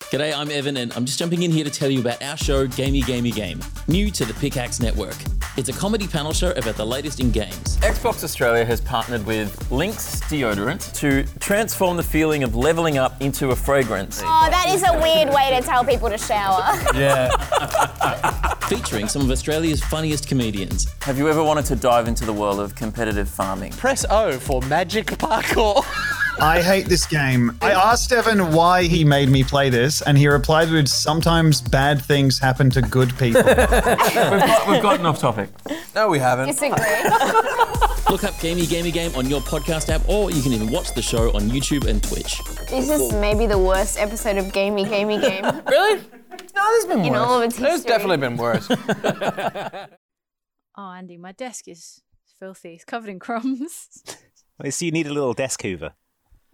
G'day, I'm Evan, and I'm just jumping in here to tell you about our show, Gamey Gamey Game, new to the Pickaxe Network. It's a comedy panel show about the latest in games. Xbox Australia has partnered with Lynx Deodorant to transform the feeling of leveling up into a fragrance. Oh, that is a weird way to tell people to shower. Featuring some of Australia's funniest comedians. Have you ever wanted to dive into the world of competitive farming? Press O for magic parkour. I hate this game. I asked Evan why he made me play this, and he replied with sometimes bad things happen to good people. we've, got, we've gotten off topic. No, we haven't. Disagree. Look up Gamey Gamey Game on your podcast app, or you can even watch the show on YouTube and Twitch. This is maybe the worst episode of Gamey Gamey Game Really? No, there's been worse. in all of its history. There's definitely been worse. Oh, Andy, my desk is filthy. It's covered in crumbs. Well, So you need a little desk hoover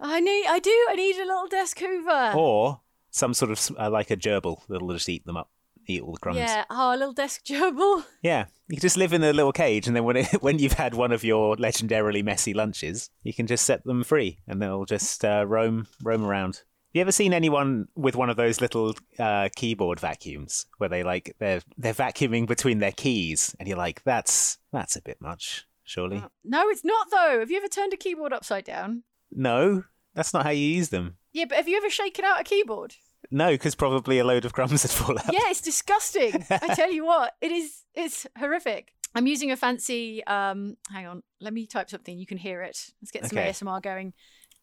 I need, I do, I need a little desk hoover. or some sort of s- uh, like a gerbil that'll just eat them up, eat all the crumbs. yeah, oh, a little desk gerbil. Yeah. You can just live in a little cage, and then when it, when you've had one of your legendarily messy lunches, you can just set them free, and they'll just uh, roam roam around. You ever seen anyone with one of those little uh, keyboard vacuums where they like they're they're vacuuming between their keys, and you're like, that's that's a bit much, surely. No, it's not though. Have you ever turned a keyboard upside down? No, that's not how you use them. Yeah, but have you ever shaken out a keyboard? No, because probably a load of crumbs would fall out. yeah, it's disgusting. I tell you what, it is. It's horrific. I'm using a fancy. Um, hang on, let me type something. You can hear it. Let's get some Okay. ASMR going.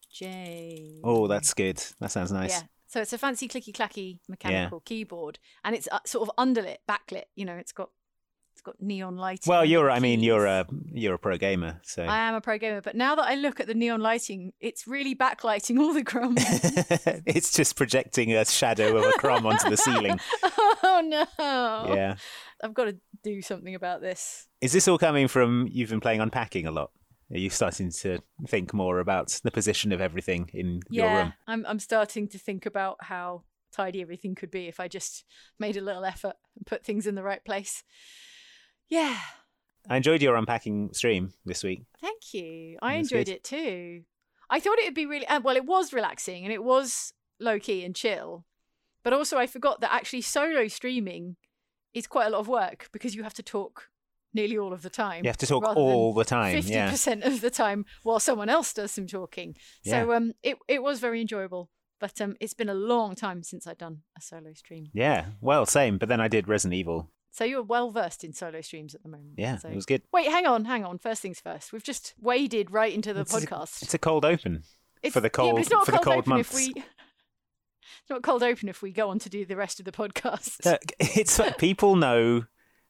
J. Oh, that's good. That sounds nice. Yeah. So it's a fancy clicky clacky mechanical keyboard, and it's uh, sort of underlit, backlit. You know, it's got it's got neon lighting. Well, on the you're. I mean, you're uh, keys. a you're a pro gamer, so I am a pro gamer, but now that I look at the neon lighting, it's really backlighting all the crumbs. it's just projecting a shadow of a crumb onto the ceiling. oh no! Yeah. I've got to do something about this. Is this all coming from you've been playing unpacking a lot? Are you starting to think more about the position of everything in your Yeah, room? I'm I'm starting to think about how tidy everything could be if I just made a little effort and put things in the right place. Yeah, I enjoyed your unpacking stream this week. thank you. I That's enjoyed good. it too. I thought it would be really uh, well. It was relaxing and it was low key and chill, but also I forgot that actually solo streaming is quite a lot of work because you have to talk nearly all of the time. You have to talk rather than all the time. fifty Yeah. percent of the time while someone else does some talking. So um, it it was very enjoyable, but um, it's been a long time since I've done a solo stream. Yeah. Well, same. But then I did Resident Evil. So you're well versed in solo streams at the moment. Yeah, so- it was good. Wait, hang on, hang on. First things first. We've just waded right into the It's a- podcast. It's a cold open. It's- for the yeah, but it's cold- not a for the cold open If months. we, it's not a cold open if we go on to do the rest of the podcast. Look, it's like people know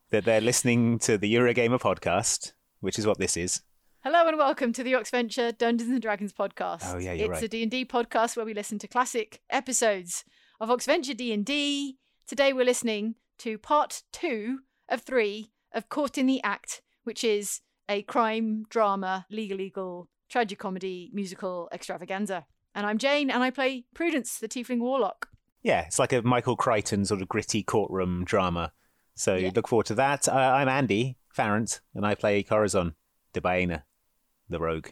that they're listening to the Eurogamer podcast, which is what this is. Hello and welcome to the Oxventure Dungeons and Dragons podcast. Oh, yeah, you're it's right. a D&D podcast where we listen to classic episodes of Oxventure D&D. Today we're listening to part 2 of 3 of Caught in the Act, which is a crime drama, legal eagle, tragicomedy, musical extravaganza. And I'm Jane and I play Prudence, the tiefling warlock. Yeah, it's like a Michael Crichton sort of gritty courtroom drama. So Yeah. look forward to that. Uh, I'm Andy Farrant, and I play Corazon de Baena, the rogue.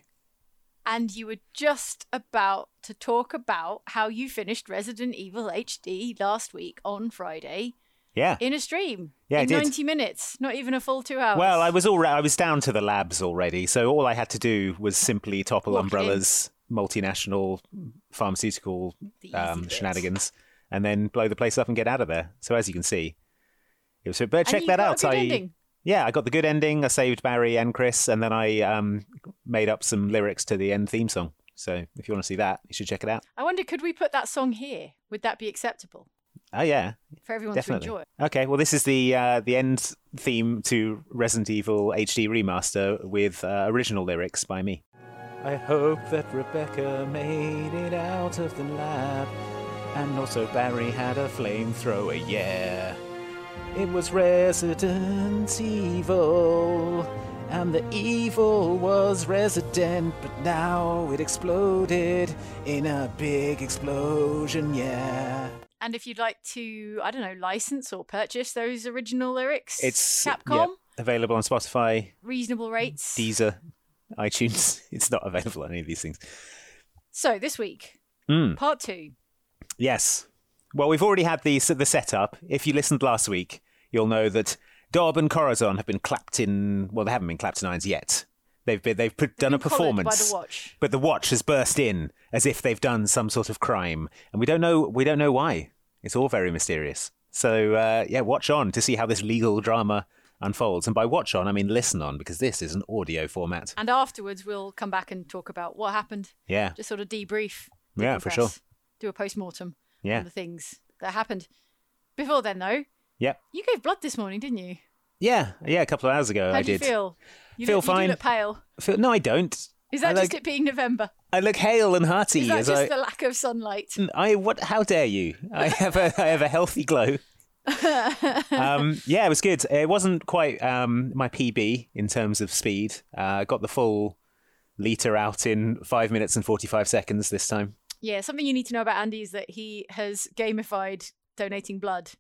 And you were just about to talk about how you finished Resident Evil HD last week on Friday. Yeah. in a stream. Yeah, I in did. 90 minutes, not even a full two hours. Well, I was all ra- I was down to the labs already, so all I had to do was simply topple Walk in. umbrellas, multinational pharmaceutical The easy um, bit. shenanigans, and then blow the place up and get out of there. So as you can see, it was. But And check you that got a out. good I ending. yeah, I got the good ending. I saved Barry and Chris, and then I um, made up some lyrics to the end theme song. So if you want to see that, you should check it out. I wonder, could we put that song here? Would that be acceptable Oh yeah, for everyone definitely. to enjoy? Okay, well this is the uh, the end theme to Resident Evil HD remaster with uh, original lyrics by me. I hope that Rebecca made it out of the lab, and also Barry had a flamethrower. Yeah, it was Resident Evil, and the evil was resident, but now it exploded in a big explosion. Yeah. And if you'd like to, I don't know, license or purchase those original lyrics, It's yeah, Capcom, available on Spotify, reasonable rates. Deezer, iTunes. It's not available on any of these things. so this week, Mm. part two Yes, Well, we've already had the, s- the setup. If you listened last week, you'll know that Dob and Corazon have been clapped in. Well, they haven't been clapped in irons yet. They've, been, they've put, done a been collared by the performance. watch. But the watch has burst in as if they've done some sort of crime. And we don't know, we don't know why. It's all very mysterious. So, uh, yeah, watch on to see how this legal drama unfolds. And by watch on, I mean listen on, because this is an audio format. And afterwards, we'll come back and talk about what happened. Yeah. Just sort of debrief. Yeah, Oh, for decompress, sure. Do a post mortem Yeah. on the things that happened. Before then, though, Yep. you gave blood this morning, didn't you? Yeah. Yeah. A couple of hours ago, How I do did. you feel? You Feel look, You fine. do look pale. Feel- no, I don't. Is that I just look, it being November? I look hale and hearty. Is that as just I, the lack of sunlight? I what? How dare you? I have a I have a healthy glow. um, yeah, it was good. It wasn't quite um, my PB in terms of speed. Uh, I got the full liter out in five minutes and forty five seconds this time. Yeah, something you need to know about Andy is that he has gamified donating blood,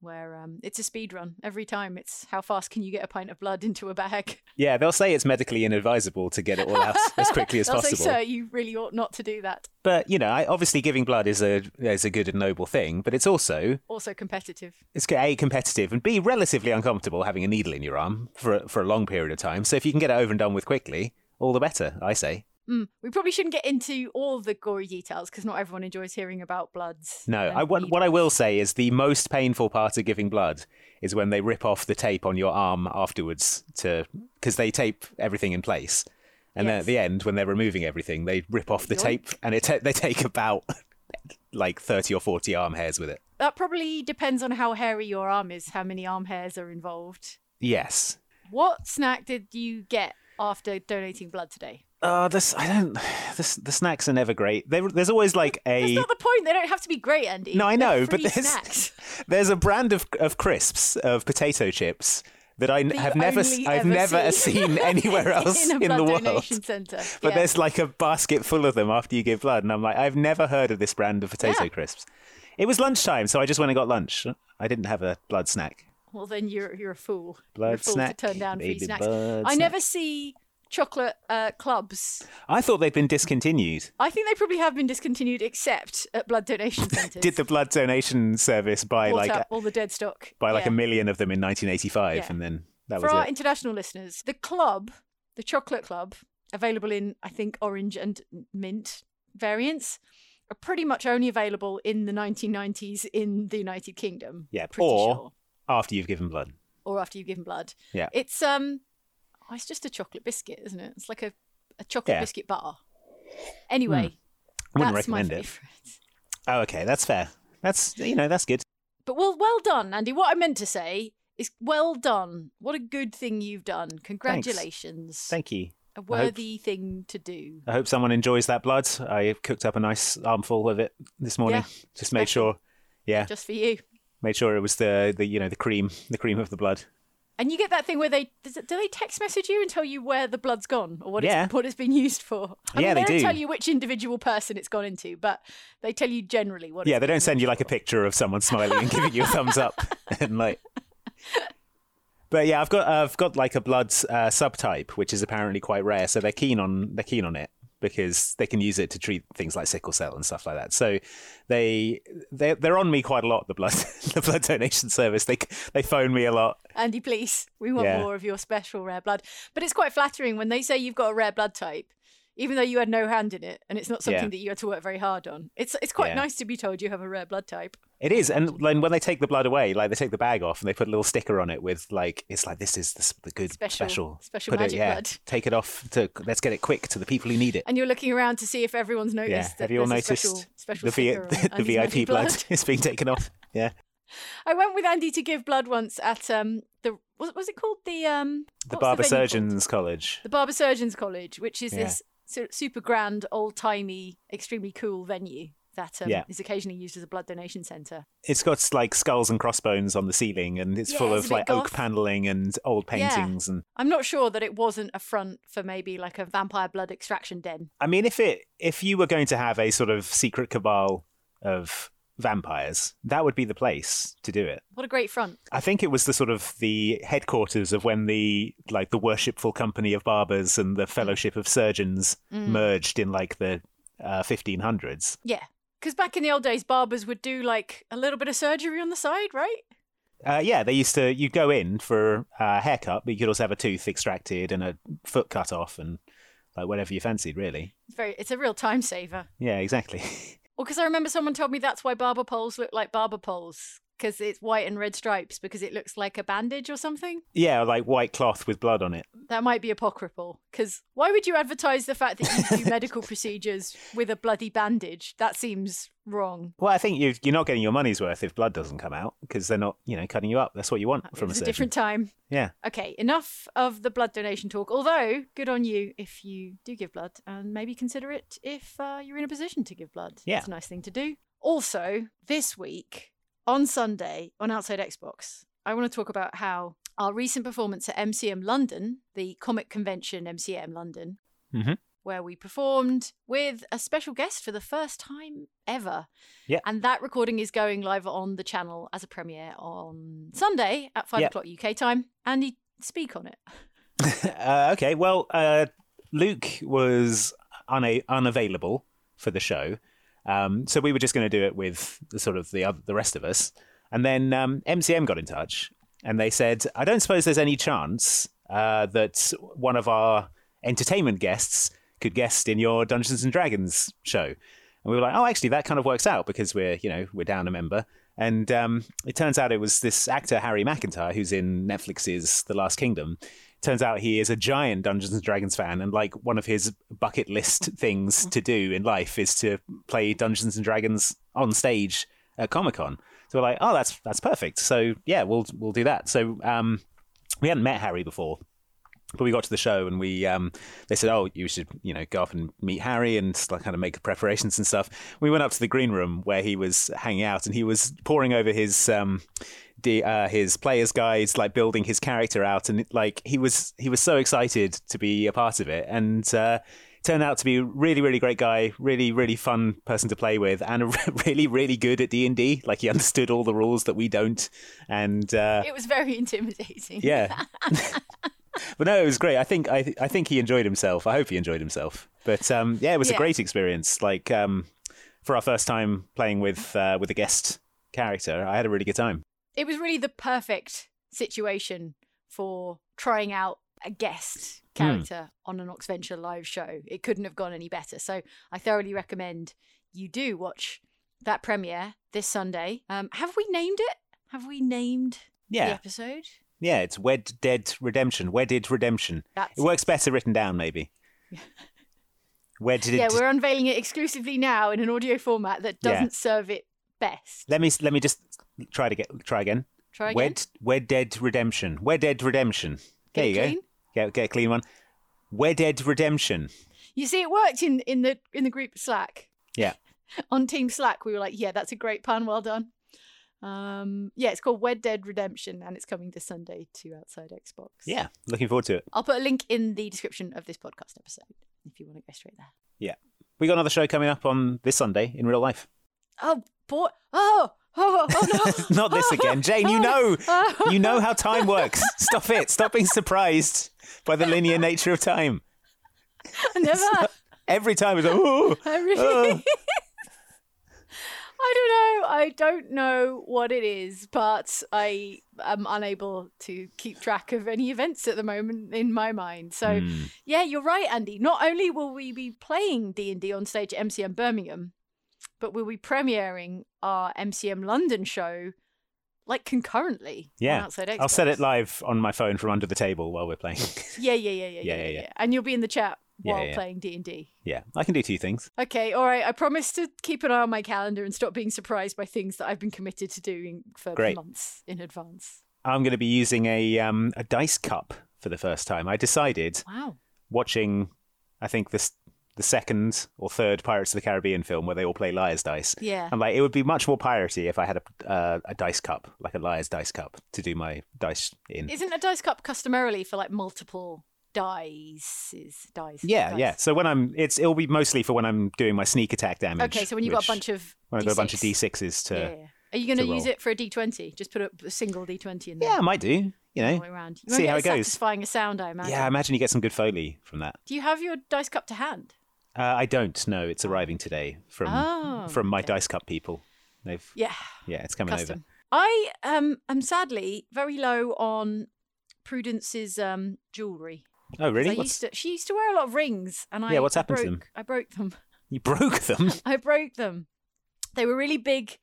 where um, it's a speed run every time. It's how fast can you get a pint of blood into a bag? Yeah, they'll say it's medically inadvisable to get it all out as quickly as They'll possible. say, sir, you really ought not to do that. But you know, I, obviously, giving blood is a is a good and noble thing. But it's also Also competitive. it's a competitive and b relatively uncomfortable having a needle in your arm for a, for a long period of time. So if you can get it over and done with quickly, all the better. I say. Mm, we probably shouldn't get into all the gory details because not everyone enjoys hearing about bloods. No, and I, what, bleed. what I will say is the most painful part of giving blood is when they rip off the tape on your arm afterwards to because they tape everything in place. And then at Yes. the end, when they're removing everything, they rip off the tape and it ta- they take about like 30 or 40 arm hairs with it. That probably depends on how hairy your arm is, how many arm hairs are involved. Yes. What snack did you get after donating blood today? Uh, this I don't. This, the snacks are never great. There, there's always like That's a not the point. They don't have to be great, Andy. No, I They're know, but free there's- snacks. there's a brand of, of crisps of potato chips that I n- that have you never only I've ever never seen seen anywhere else in, a in, blood the world. donation center. But Yeah. there's like a basket full of them after you give blood, and I'm like, I've never heard of this brand of potato Yeah. crisps. It was lunchtime, so I just went and got lunch. I didn't have a blood snack. well, then you're you're a fool. you're a Blood fool snack, to turn down free baby snacks. blood I snack. never see chocolate uh, clubs. I thought they'd been discontinued. I think they probably have been discontinued, except at blood donation centers. Did the blood donation service buy Bought like up a, all the dead stock buy like Yeah. a million of them in 1985, Yeah. and then that For was our it. international listeners, the club, the chocolate club, available in I think orange and mint variants, are pretty much only available in the 1990s in the United Kingdom. Yeah, pretty or sure. after you've given blood. Or after you've given blood. Yeah. It's um, oh, it's just a chocolate biscuit, isn't it? It's like a, a chocolate Yeah. Hmm. biscuit bar. Anyway, I wouldn't that's recommend my it. favorite. Oh, okay, that's fair. That's you know that's good. But well, well done, Andy. What I meant to say is, well done. What a good thing you've done. Congratulations. Thank you. a worthy thing to do. I hope someone enjoys that blood. I cooked up a nice armful of it this morning. Yeah, Just made special. sure. Yeah, just for you. made sure it was the, the you know the cream the cream of the blood. And you get that thing where they does it- do they text message you and tell you where the blood's gone or what Yeah. it's what it's been used for. I mean, Yeah, they don't do. tell you which individual person it's gone into, but they tell you generally what. Yeah, it's they don't been send you like a picture of someone smiling and giving you a thumbs up and like. But yeah, I've got I've got like a blood uh, subtype which is apparently quite rare, so they're keen on they're keen on it because they can use it to treat things like sickle cell and stuff like that. So they they they're on me quite a lot the blood the blood donation service. They they phone me a lot. Andy, please, we want Yeah. more of your special rare blood. But it's quite flattering when they say you've got a rare blood type, even though you had no hand in it, and it's not something Yeah. that you had to work very hard on. It's it's quite Yeah. nice to be told you have a rare blood type. It is, and like, when they take the blood away, like they take the bag off and they put a little sticker on it with like it's like this is the, s- the good Special- special special Put it- magic yeah, blood. Take it off to let's get it quick to the people who need it. And you're looking around to see if everyone's noticed. yeah, that have you all there's a noticed special, special the, V- sticker on the Andy's magic VIP blood, is being taken off? Yeah, I went with Andy to give blood once at um the was was it called the um the what's Barber venue called? Surgeons College. the Barber Surgeons College, which is Yeah. this su- super grand, old timey, extremely cool venue that um, Yeah. is occasionally used as a blood donation centre. It's got like skulls and crossbones on the ceiling, and it's Yeah, full it's a of bit like goth. oak paneling and old Yeah. paintings. And I'm not sure that it wasn't a front for maybe like a vampire blood extraction den. I mean, if it if you were going to have a sort of secret cabal of vampires, that would be the place to do it. What a great front! I think it was the sort of the headquarters of when the like the worshipful company of barbers Mm. and the fellowship of surgeons merged in like the uh, 1500s. Yeah, Because back in the old days, barbers would do like a little bit of surgery on the side, right? Uh, yeah, they used to. You go in for a haircut, but you could also have a tooth extracted and a foot cut off, and like whatever you fancied, really. It's very, it's a real time saver. Yeah, exactly. Well, because I remember someone told me that's why barber poles look like barber poles because it's white and red stripes because it looks like a bandage or something. yeah, like white cloth with blood on it. That might be apocryphal because why would you advertise the fact that you do medical procedures with a bloody bandage? That seems wrong. Well, I think you've, you're not getting your money's worth if blood doesn't come out because they're not, you know, cutting you up. That's what you want It from a was a surgeon. different time. Yeah. Okay, enough of the blood donation talk. Although, good on you if you do give blood, and maybe consider it if uh, you're in a position to give blood. Yeah. It's a nice thing to do. Also, this week on Sunday on Outside Xbox, I want to talk about how our recent performance at MCM London, the comic convention MCM London, Mhm. where we performed with a special guest for the first time ever. Yeah. And that recording is going live on the channel as a premiere on Sunday at five Yeah. o'clock UK time. And he speak on it. uh, okay, well, uh, Luke was una- unavailable for the show, um, so we were just going to do it with the sort of the other, the rest of us, and then um, MCM got in touch and they said, "I don't suppose there's any chance uh, that one of our entertainment guests could guest in your Dungeons and Dragons show." And we were like, "Oh, actually, that kind of works out because we're you know we're down a member." And um, it turns out it was this actor Harry McIntyre who's in Netflix's The Last Kingdom. Turns out he is a giant Dungeons and Dragons fan, and like one of his bucket list things to do in life is to play Dungeons and Dragons on stage at Comic Con. So we're like, oh, that's that's perfect. So yeah, we'll we'll do that. So um, we hadn't met Harry before, but we got to the show and we um, they said, oh, you should you know go up and meet Harry and just, like kind of make preparations and stuff. We went up to the green room where he was hanging out and he was poring over his um, the, uh, his players' guides, like building his character out, and like he was he was so excited to be a part of it and. Uh, Turned out to be a really, really great guy, really, really fun person to play with, and a really, really good at D and D. Like he understood all the rules that we don't, and uh, It was very intimidating. yeah. but no, it was great. I think I, I think he enjoyed himself. I hope he enjoyed himself. But um, yeah, it was Yeah. a great experience. Like um, for our first time playing with uh, with a guest character, I had a really good time. It was really the perfect situation for trying out a Hmm. guest character on an Oxventure live show. It couldn't have gone any better. So I thoroughly recommend you do watch that premiere this Sunday. Um, have we named it? Have we named the Yeah, episode? yeah. It's Wed Dead Redemption. Wedded Redemption. That's It works better written down, maybe. Wedded. Yeah, we're unveiling it exclusively now in an audio format that Yeah. doesn't serve it best. let me let me just try to get try again. Try again. Wed Dead Redemption. Dead Redemption. Get there it you clean? go. Get get a clean one. Dead Redemption. You see, it worked in in the in the group Slack. Yeah. On Team Slack, we were like, "Yeah, that's a great pun. Well done." Um, yeah, it's called Wed Dead Redemption, and it's coming this Sunday to Outside Xbox. Yeah, looking forward to it. I'll put a link in the description of this podcast episode if you want to go straight there. We got another show coming up on this Sunday in real life. Oh boy! Oh oh oh no! Not this again, Jane. You know, you know how time works. Stop it. Stop being surprised by the linear nature of time. oh, Never. Every time it's like, oh, I really. oh. I don't know. I don't know what it is, but I am unable to keep track of any events at the moment in my mind. So, Hmm. yeah, you're right, Andy. Not only will we be playing D and D on stage at MCM Birmingham, but we'll be premiering our MCM London show like concurrently. on yeah. Outside I'll set it Xbox. live on my phone from under the table while we're playing. Yeah, yeah, yeah, yeah, yeah, yeah, yeah. And you'll be in the chat Yeah, while yeah. playing D and D. yeah, I can do two things. Okay, all right. I promise to keep an eye on my calendar and stop being surprised by things that I've been committed to doing for Great. months in advance. I'm going to be using a um, a dice cup for the first time. I decided Wow. watching, I think this the second or third Pirates of the Caribbean film where they all play liar's dice. Yeah. I'm like, it would be much more piratey if I had a uh, a dice cup, like a liar's dice cup, to do my dice in. Isn't a dice cup customarily for like multiple dice? Dice. yeah, dice? yeah. So when I'm, it's it'll be mostly for when I'm doing my sneak attack damage. Okay, so when you've got a which- bunch of when I've got a bunch of D6. d6s to, Yeah, yeah, yeah. Are you going to to use roll. it for a d20? Just put a, a single d20 in there. I might do. You all know, the way around. You see won't how get it goes. Satisfying a sound, I imagine. Yeah, I imagine you get some good foley from that. Do you have your dice cup to hand? Uh, I don't know. It's arriving today from Oh, from my dice cup people. They've Yeah. yeah, it's coming Custom. I um am sadly very low on Prudence's um jewelry. over. Oh really? I What's- used to, she used to wear a lot of rings, and I Yeah, what's I happened to broke- them? I broke them. You broke them. I broke them. They were really big,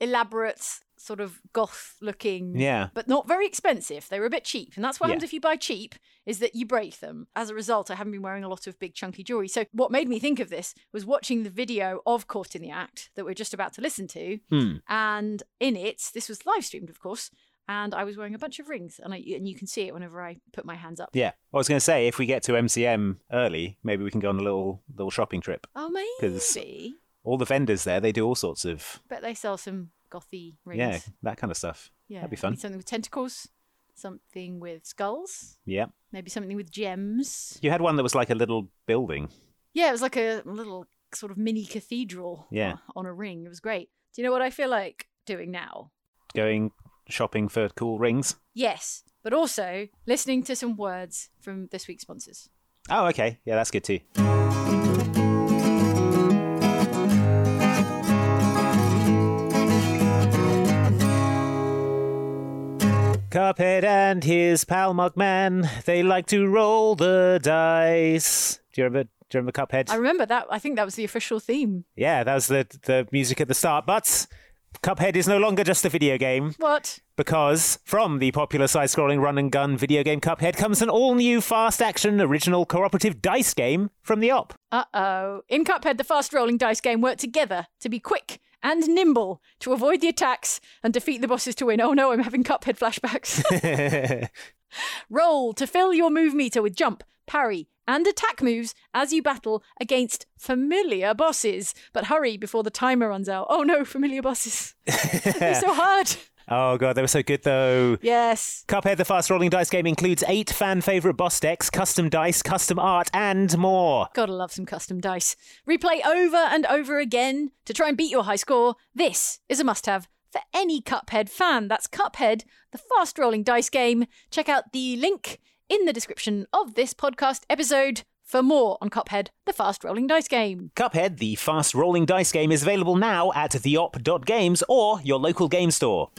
elaborate, sort of goth looking. Yeah. But not very expensive. They were a bit cheap. And that's what Yeah. happens if you buy cheap, is that you break them. As a result, I haven't been wearing a lot of big chunky jewelry. So what made me think of this was watching the video of Caught in the Act that we're just about to listen to. Hmm. And in it, this was live streamed, of course. And I was wearing a bunch of rings, and I, and you can see it whenever I put my hands up. Yeah. I was going to say if we get to MCM early, maybe we can go on a little little shopping trip. Oh, 'Cause- maybe. All the vendors there, they do all sorts of Bet they sell some gothy rings. yeah, that kind of stuff. Yeah, That'd be I fun. think Something with tentacles, something with skulls, Yeah. maybe something with gems. You had one that was like a little building. Yeah, it was like a little sort of mini cathedral Yeah. o- on a ring. It was great. Do you know what I feel like doing now? going shopping for cool rings. Yes, but also listening to some words from this week's sponsors. Oh, okay. Yeah, that's good too. Cuphead and his pal Mugman, they like to roll the dice. Do you remember? Do you remember Cuphead? I remember that. I think that was the official theme. yeah, that was the the music at the start. But Cuphead is no longer just a video game What? because from the popular side-scrolling run-and-gun video game Cuphead comes an all-new fast-action original cooperative dice game from the op. Uh oh. In Cuphead, the fast rolling dice game work together to be quick and nimble to avoid the attacks and defeat the bosses to win. Oh no, I'm having Cuphead flashbacks. Roll to fill your move meter with jump, parry, and attack moves as you battle against familiar bosses. But hurry before the timer runs out. Oh no, familiar bosses. They're so hard. oh god, they were so good though. Yes. Cuphead the Fast Rolling Dice Game includes eight fan favorite boss decks, custom dice, custom art, and more. Gotta love some custom dice. Replay over and over again to try and beat your high score. This is a must have for any Cuphead fan. That's Cuphead, the fast rolling dice game. Check out the link in the description of this podcast episode for more on Cuphead, the fast rolling dice game. Cuphead the Fast Rolling Dice Game is available now at theop.games or your local game store.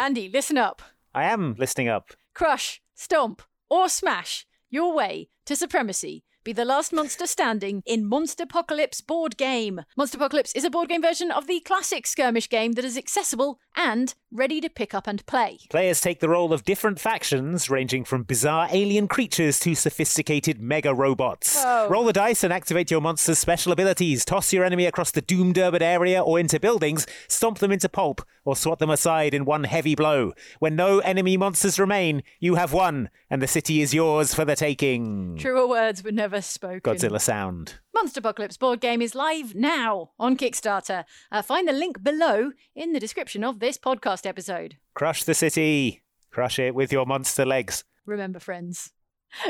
Andy, listen up. I am listing up. Crush, stomp, or smash your way to supremacy. Be the last monster standing in Monster Apocalypse board game. Monster Apocalypse is a board game version of the classic skirmish game that is accessible and ready to pick up and play. Players take the role of different factions, ranging from bizarre alien creatures to sophisticated mega robots. Whoa. Roll the dice and activate your monster's special abilities. Toss your enemy across the doomed urban area or into buildings, stomp them into pulp, or swat them aside in one heavy blow. When no enemy monsters remain, you have won, and the city is yours for the taking. Truer words were never spoken. Godzilla sound. Monster Apocalypse board game is live now on Kickstarter. Uh, find the link below in the description of this podcast episode. Crush the city. Crush it with your monster legs. Remember, friends,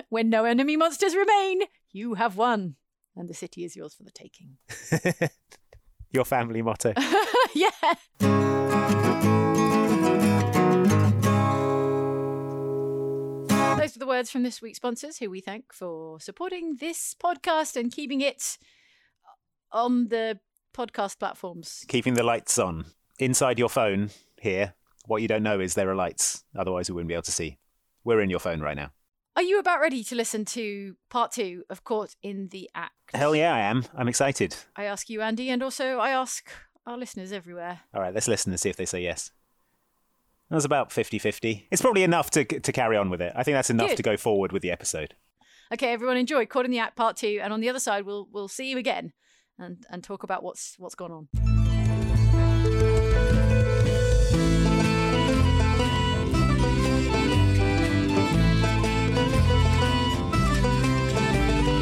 when no enemy monsters remain, you have won, and the city is yours for the taking. Your family motto. yeah. Those are the words from this week's sponsors, who we thank for supporting this podcast and keeping it on the podcast platforms. keeping the lights on inside your phone here what you don't know is there are lights otherwise we wouldn't be able to see we're in your phone right now Are you about ready to listen to part two of Caught in the Act? hell yeah i am i'm excited I ask you, Andy, and also I ask our listeners everywhere. all right let's listen and see if they say yes that was about 50-50 it's probably enough to, to carry on with it i think that's enough Good. to go forward with the episode Okay, everyone, enjoy Caught in the Act part two, and on the other side, we'll we'll see you again and and talk about what's what's gone on.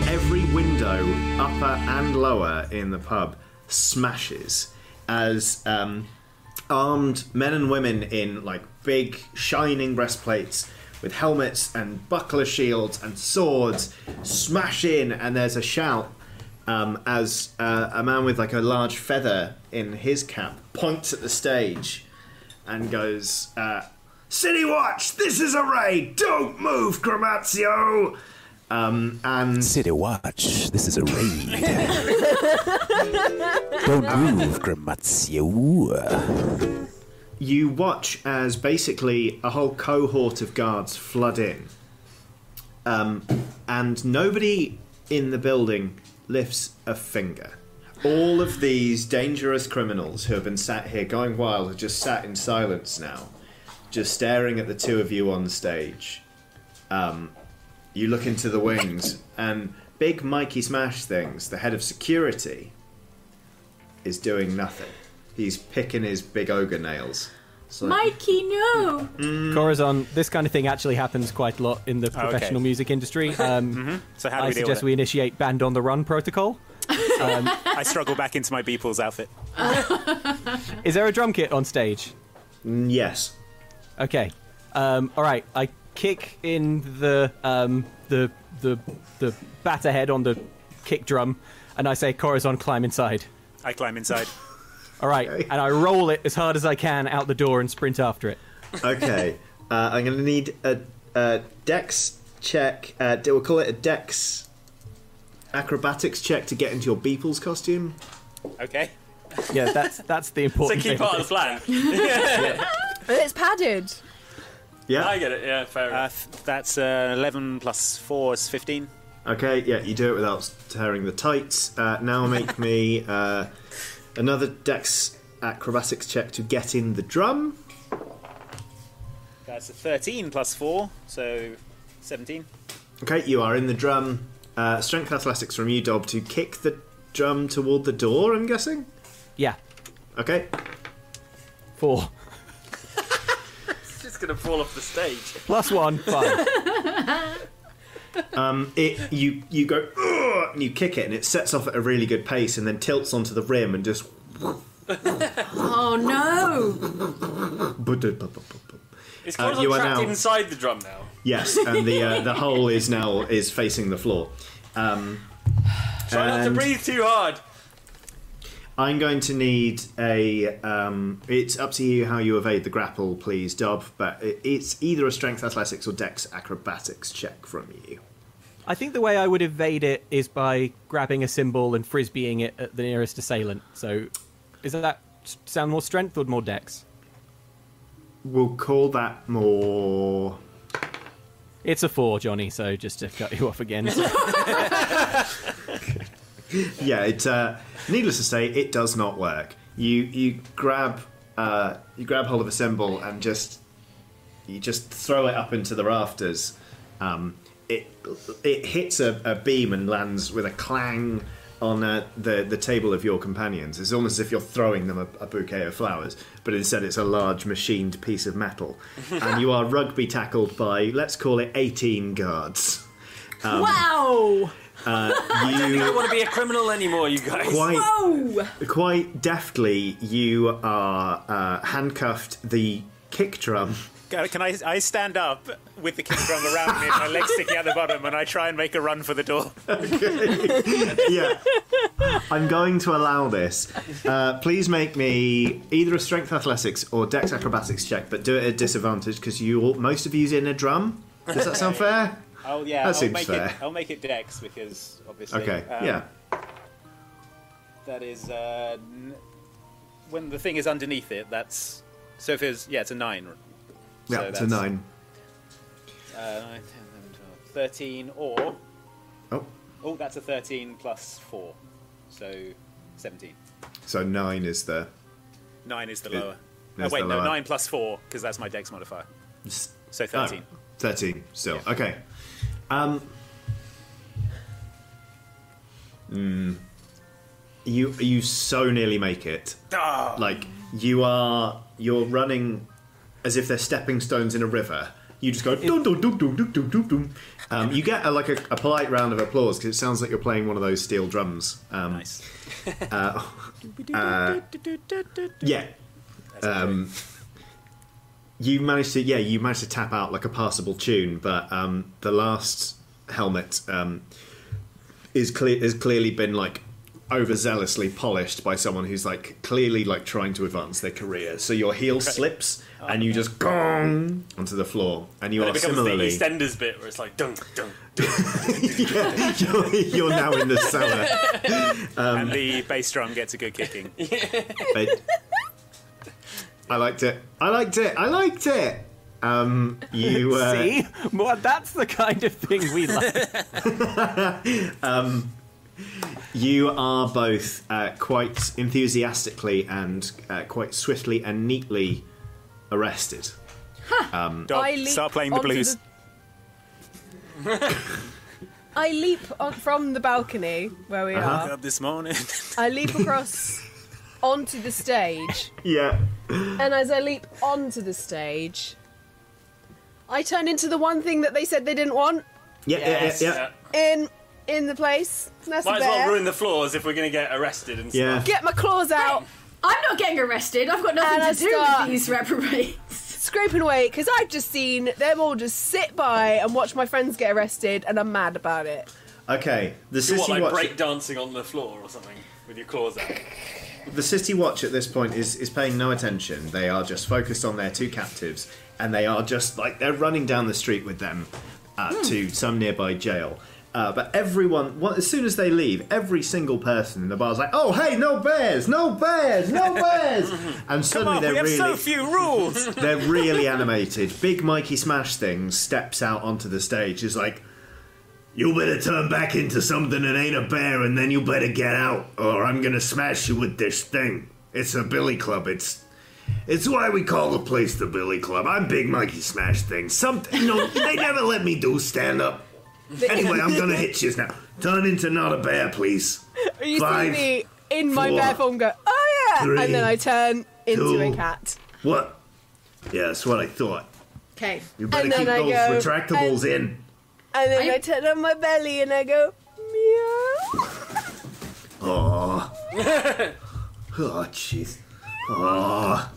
Every window, upper and lower in the pub, smashes as um, armed men and women in like big, shining breastplates with helmets and buckler shields and swords smash in, and there's a shout um, as uh, a man with like a large feather in his cap points at the stage and goes, uh, City Watch, this is a raid! Don't move, Gramazio! Um, and City Watch, this is a raid. Don't move, Gramazio. you watch as basically a whole cohort of guards flood in, um, and nobody in the building lifts a finger. All of these dangerous criminals who have been sat here going wild are just sat in silence now, just staring at the two of you on stage. Um, you look into the wings, and Big Mikey Smash Things, the head of security, is doing nothing. He's picking his big ogre nails. So- Mikey, no! Corazon, this kind of thing actually happens quite a lot in the professional music industry. Um, So Ah, Mm-hmm. how do I we deal suggest with it? we initiate band on the run protocol. Um, I struggle back into my Beeple's outfit. is there a drum kit on stage? Yes. Okay. Um, all right. I kick in the um, the the the batter head on the kick drum, and I say, "Corazon, climb inside." I climb inside. All right, and I roll it as hard as I can out the door and sprint after it. okay, uh, I'm going to need a, a dex check. Uh, we'll call it a dex acrobatics check to get into your Beeple's costume. Okay. Yeah, that's that's the important It's a key thing. part of the plan. yeah. But it's padded. I get it. Yeah, fair Uh, enough. th- that's uh, 11 plus 4 is 15. Okay, yeah, you do it without tearing the tights. Uh, now make me uh, another dex acrobatics check to get in the drum. That's a 13 plus 4, so 17. Okay, you are in the drum. Uh, strength athletics from you, Dob, to kick the drum toward the door, I'm guessing? Yeah. Okay. Four. It's just gonna fall off the stage. Plus one, five. Um, it you you go "Ugh," and you kick it and it sets off at a really good pace and then tilts onto the rim and just Oh no! It's Uh, Corazon you are trapped now- inside the drum now. yes and the uh, the hole is now is facing the floor. Um, Try not to and breathe too hard. I'm going to need a. Um, it's up to you how you evade the grapple, please, Dob. But it, it's either a strength athletics or dex acrobatics check from you. I think the way I would evade it is by grabbing a symbol and frisbeeing it at the nearest assailant. So, is that s- sound more strength or more dex? We'll call that more. It's a four, Johnny. So just to cut you off again. yeah, it. Uh, needless to say, it does not work. You you grab uh, you grab hold of a symbol and just you just throw it up into the rafters. Um, it it hits a, a beam and lands with a clang on uh, the the table of your companions. It's almost as if you're throwing them a, a bouquet of flowers, but instead it's a large machined piece of metal, and you are rugby tackled by let's call it eighteen guards. Um, wow! uh, I don't you- think I want to be a criminal anymore, you guys. Quite- Whoa! Quite deftly, you are uh, handcuffed the kick drum. Can can I, I stand up with the kick drum around me and my legs sticking out the bottom and I try and make a run for the door? yeah. I'm going to allow this. Uh, please make me either a strength athletics or dex acrobatics check, but do it at disadvantage because you all, most of you's in a drum. Does that sound fair? Oh yeah, That I'll seems make fair. it. I'll make it Dex because obviously. Okay. um, yeah. That is uh, n- when the thing is underneath it. That's so if it's yeah, it's a nine. Yeah. so it's a that's- nine. Uh, nine, 10, 11, 12, Thirteen or Oh. oh, that's a thirteen plus four, so seventeen. So nine is the Nine is the It- lower. there's oh, wait, the no, lower. nine plus four because that's my Dex modifier. So thirteen. Oh, 13 still. Okay. Um, mm, you you so nearly make it. Ah. Like you are you're running as if they're stepping stones in a river. You just go dum dum dum dum dum dum dum dum. Um, you get a, like a, a polite round of applause because it sounds like you're playing one of those steel drums. Um, nice. Uh, uh, yeah. Um, you managed to yeah you managed to tap out like a passable tune but um, the last helmet um, is clear has clearly been like overzealously polished by someone who's like clearly like trying to advance their career. So your heel slips and you just gong onto the floor, and you Oh, and it are becomes similarly the EastEnders bit where it's like dunk, dunk. you're, you're now in the cellar. Um, and the bass drum gets a good kicking. but I liked it. I liked it. I liked it. Um, you uh, See, well, that's the kind of thing we like. um, you are both uh, quite enthusiastically and uh, quite swiftly and neatly arrested. Um, Doc, I leap start playing the onto blues. I leap on, from the balcony where we Uh-huh. I woke are. up this morning. I leap across onto the stage, yeah. and as I leap onto the stage, I turn into the one thing that they said they didn't want Yeah, Yes. yeah, yeah, in in the place. And That's Might a as well bear. ruin the floors if we're going to get arrested and Yeah. stuff. Get my claws out. I'm not getting arrested. I've got nothing to do with these reprobates. Scraping away because I've just seen them all just sit by and watch my friends get arrested, and I'm mad about it. Okay, the Do city what, like watch. break dancing on the floor or something with your claws out. The city watch at this point is is paying no attention. They are just focused on their two captives, and they are just like they're running down the street with them uh, Hmm. to some nearby jail. Uh, but everyone, well, as soon as they leave, every single person in the bar's like, "Oh, hey, no bears, no bears, no bears!" and Come suddenly on, they're we have so really few rules. They're really animated. Big Mikey Smash Things steps out onto the stage, is like, You better turn back into something that ain't a bear, and then you better get out, or I'm gonna smash you with this thing. It's a billy club. It's it's why we call the place the billy club. I'm Big Mikey Smash Things. Something, no, they never let me do stand up. Anyway, I'm gonna hit you now. Turn into not a bear, please. You Five, see me in my four, bear form go, oh yeah, three, and then I turn into a two, cat. What? Yeah, that's what I thought. Okay. You better and keep then I those go, retractables and, in. And then I... turn on my belly and I go, Oh, oh, jeez. Oh.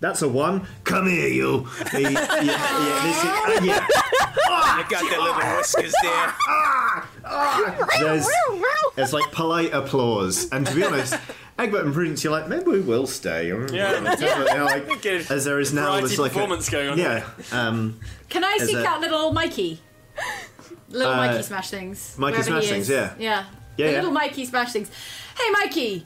That's a one. Come here, you. Hey, yeah, yeah, this is, uh, yeah. you got the little whiskers there. Ah, There's, there's like polite applause, and to be honest, Egbert and Prudence, you're like, maybe we will stay. Mm, Yeah. You know, like, Good. as there is now Variety this like a- performance going on. Yeah. Um, Can I as seek a- out little old Mikey? Little Uh, Mikey smash things. Mikey wherever Smash he Things, is. yeah. Yeah. Yeah, The yeah. Little Mikey smash things. Hey, Mikey.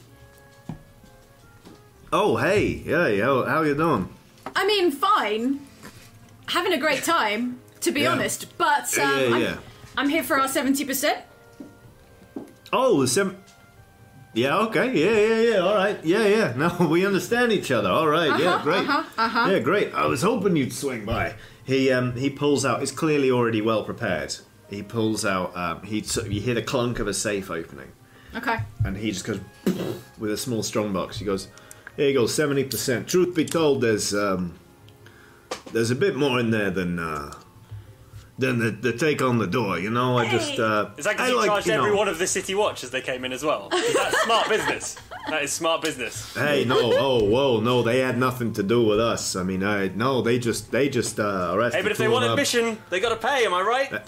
Oh, hey, yeah, yo, how you doing? I mean, fine. Having a great time, to be Yeah. honest. But um, yeah, yeah, I'm- yeah. I'm, here for our seventy percent. Oh, some. Yeah, okay. Yeah, yeah, yeah. All right. Yeah, yeah. No, we understand each other. All right, Yeah, great. Uh huh. Uh-huh. Yeah, great. I was hoping you'd swing by. He um, he pulls out. It's clearly already well prepared. He pulls out. Um, he sort of- you hear the clunk of a safe opening, Okay. and he just goes with a small strongbox. He goes, "Here you go, seventy percent." Truth be told, there's um, there's a bit more in there than uh, than the, the take on the door. You know, I just uh, Is that I because you like, charged you know- every one of the city watch as they came in as well? 'Cause That's smart business. That is smart business. Hey, no, oh, whoa, no, they had nothing to do with us. I mean, I no, they just, they just uh, arrested. Hey, but if two they want of them. admission, they got to pay. Am I right?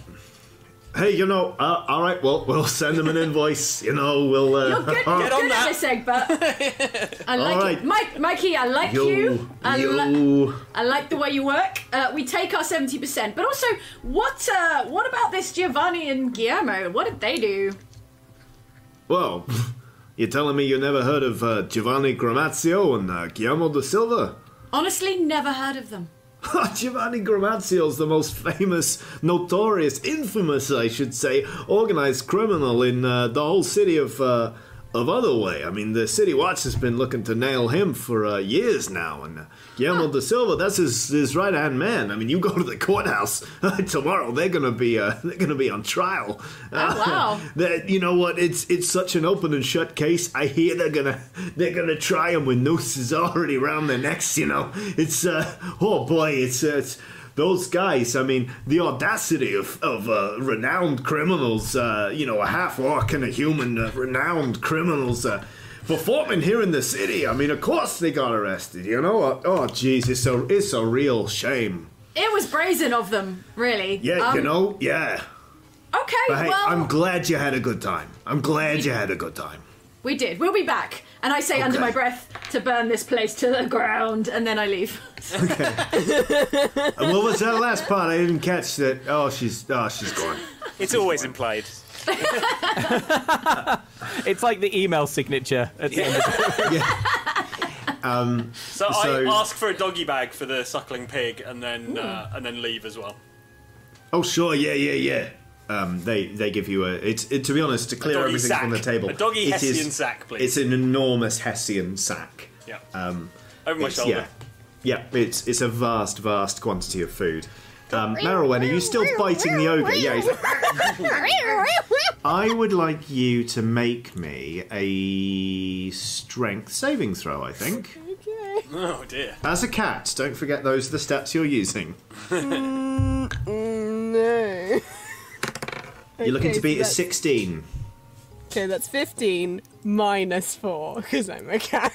hey, you know, uh, all right, well, we'll send them an invoice. You know, we'll. Uh, You're good, all good right. at this, Egbert. I like All it, right. Mike. Mikey, I like Yo, you. I, li- yo. I like the way you work. Uh, we take our seventy percent, but also, what uh, what about this Giovanni and Guillermo? What did they do? Well, you're telling me you never heard of uh, Giovanni Gramazio and uh, Guillermo da Silva? Honestly, never heard of them. Giovanni Gramazio's the most famous, notorious, infamous, I should say, organized criminal in uh, the whole city of uh, of Otherway. I mean, the city watch has been looking to nail him for uh, years now, and uh, Guillermo da Silva, that's his, his right hand man. I mean, you go to the courthouse tomorrow; they're gonna be uh, they're gonna be on trial. Oh wow. that you know what? It's it's such an open and shut case. I hear they're gonna they're gonna try him with nooses already around their necks. You know, it's uh, oh boy, it's uh, it's those guys. I mean, the audacity of of uh, renowned criminals. Uh, you know, a half orc and a human. Uh, renowned criminals. Uh, Performing here in the city, I mean, of course they got arrested, you know. Uh, Oh, jeez, it's a it's a real shame. It was brazen of them, really. Yeah, Um, you know, yeah. Okay, But hey, well, I'm glad you had a good time. I'm glad you had a good time. we did. We'll be back. And I say under Okay. my breath to burn this place to the ground, and then I leave. And what was that last part? I didn't catch that. Oh, she's oh, she's gone. It's always implied. It's like the email signature at the end. Of Um, So, So- I ask for a doggy bag for the suckling pig, and then uh, and then leave as well. Oh, sure, yeah, yeah, yeah. Um, they they give you a. It's it, to be honest to clear doggy everything sack. from the table. A doggy it is- Hessian sack, please. It's an enormous Hessian sack. Yeah. Um, Over my it's- shoulder. Yeah, yeah. It's it's a vast, vast quantity of food. Um, Marowyn, are you still biting the ogre? Yeah. he's- I would like you to make me a strength saving throw. I think. Oh dear. As a cat, don't forget those are the stats you're using. Mm, no. You're looking Okay, to beat so a that's- 16. Okay, that's 15 minus 4, because I'm a cat.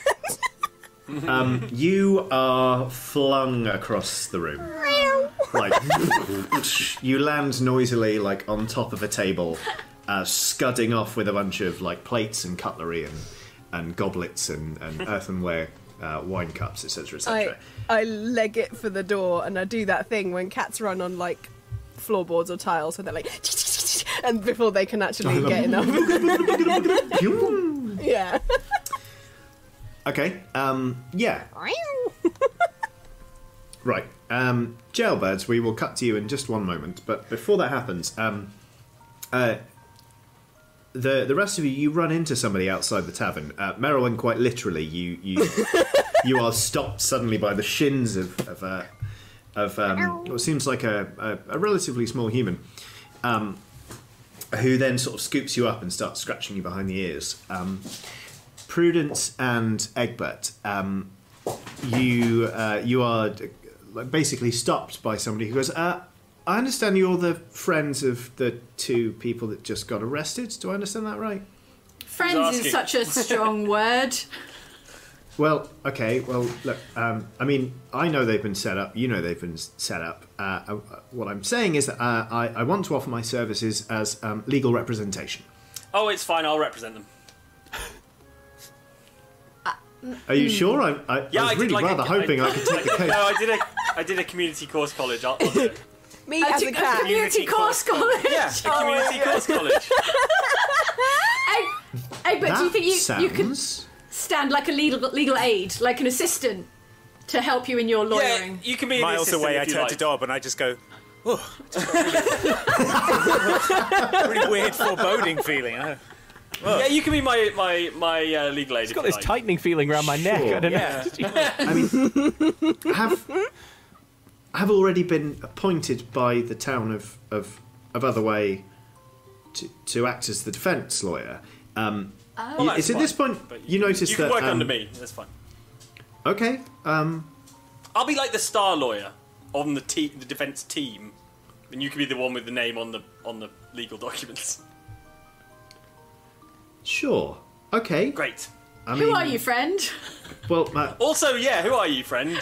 Um, you are flung across the room. Like, you land noisily, like, on top of a table, uh, scudding off with a bunch of, like, plates and cutlery and, and goblets and, and earthenware, uh, wine cups, etc., I, etc. I leg it for the door and I do that thing when cats run on like floorboards or tiles where they're like, and before they can actually get enough. yeah. Okay, um, yeah. Right. Um, jailbirds, we will cut to you in just one moment. But before that happens, um, uh, the the rest of you, you run into somebody outside the tavern. Uh, Merowyn, quite literally, you you you are stopped suddenly by the shins of of, uh, of um, what seems like a, a, a relatively small human, um, who then sort of scoops you up and starts scratching you behind the ears. Um, Prudence and Egbert, um, you uh, you are uh, like, basically stopped by somebody who goes, uh, "I understand you're the friends of the two people that just got arrested. Do I understand that right?" Friends is asking? such a strong word. Well, okay. Well, look. Um, I mean, I know they've been set up. You know they've been s- set up. Uh, uh, what I'm saying is that uh, I, I want to offer my services as um, legal representation. Oh, it's fine. I'll represent them. Are Hmm. you sure? I, I, I was really rather hoping I could take the case. No, I did a I did a community course college. I'll, I'll do it. Me as a cat. Community course college. Yeah, a community course college. Oh, Hey, hey, but do you That think you you can sounds- stand like a legal legal aid, like an assistant, to help you in your lawyering? You can be an miles assistant away. I if you turn to like. Dob and I just go. Oh, really weird foreboding feeling. I don't- Yeah, you can be my my my uh, legal aid. It's got this tightening feeling around my neck. I don't know. have have already been appointed by the town of of, of Otherway to, to act as the defence lawyer. Um, Oh. you- Well, that's it's at this fine, point but you notice You can that work um, under me. That's fine. Okay. Um, I'll be like the star lawyer on the te- the defense team, and you can be the one with the name on the on the legal documents. sure. Okay. Great. I Who mean, are you, friend? Well, my, Also, yeah, who are you, friend?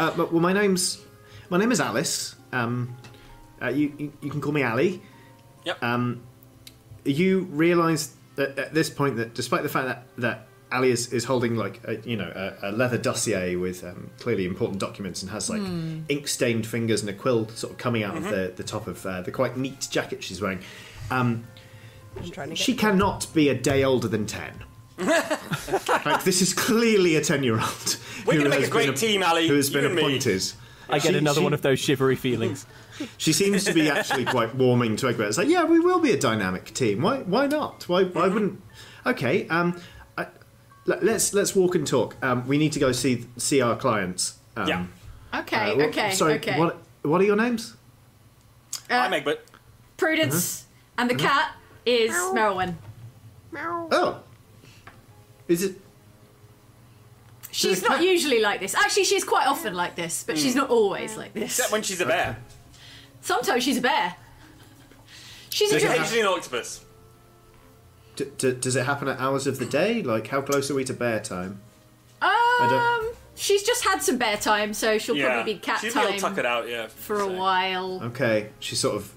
uh, but- well, my name's my name is Alice. Um, uh, you, you you can call me Ali. Yep. Um, you realise that at this point that despite the fact that that Ali is, is holding like a, you know a, a leather dossier with um, clearly important documents and has like Hmm. ink stained fingers and a quill sort of coming out Mhm. of the, the top of uh, the quite neat jacket she's wearing, um, trying to she cannot be a day older than ten. like this is clearly a ten year old. We're gonna make a great team, Ali, Who has you been and me. appointed? I get She- another she- one of those shivery feelings. she seems to be actually quite warming to Egbert. It's like, yeah, we will be a dynamic team. Why? Why not? Why? Mm-hmm. Why wouldn't? Okay. Um, I, let, let's let's walk and talk. Um, we need to go see see our clients. Um, Yeah. Okay, uh, wha- okay, Sorry. okay. What? What are your names? um, I'm Egbert. Prudence Uh-huh. and the cat is Merowyn. Oh, is it? She's not usually like this. Actually, she's quite often like this, but she's not always like this. Except when she's a bear. Sometimes she's a bear. She's a Does it drake. have- Usually an octopus. D- d- does it happen at hours of the day? Like, how close are we to bear time? I Um, don't- she's just had some bear time, so she'll probably be cat she's a time little tuckered out. Yeah. for a while. Okay. She sort of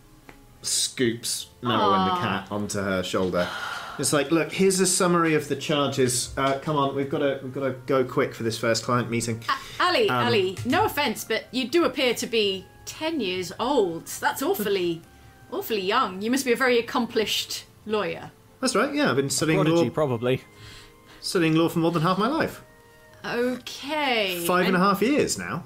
scoops Noah and the Aw. cat onto her shoulder. It's like, look, here's a summary of the charges. Uh, come on, we've got to we've got to go quick for this first client meeting. Ah. Ali, Um, Ali, no offense, but you do appear to be 10 years old. That's awfully, awfully young. You must be a very accomplished lawyer. That's right. Yeah, I've been Mm. studying law probably. Studying law for more than half my life. Okay. Five and a half years now.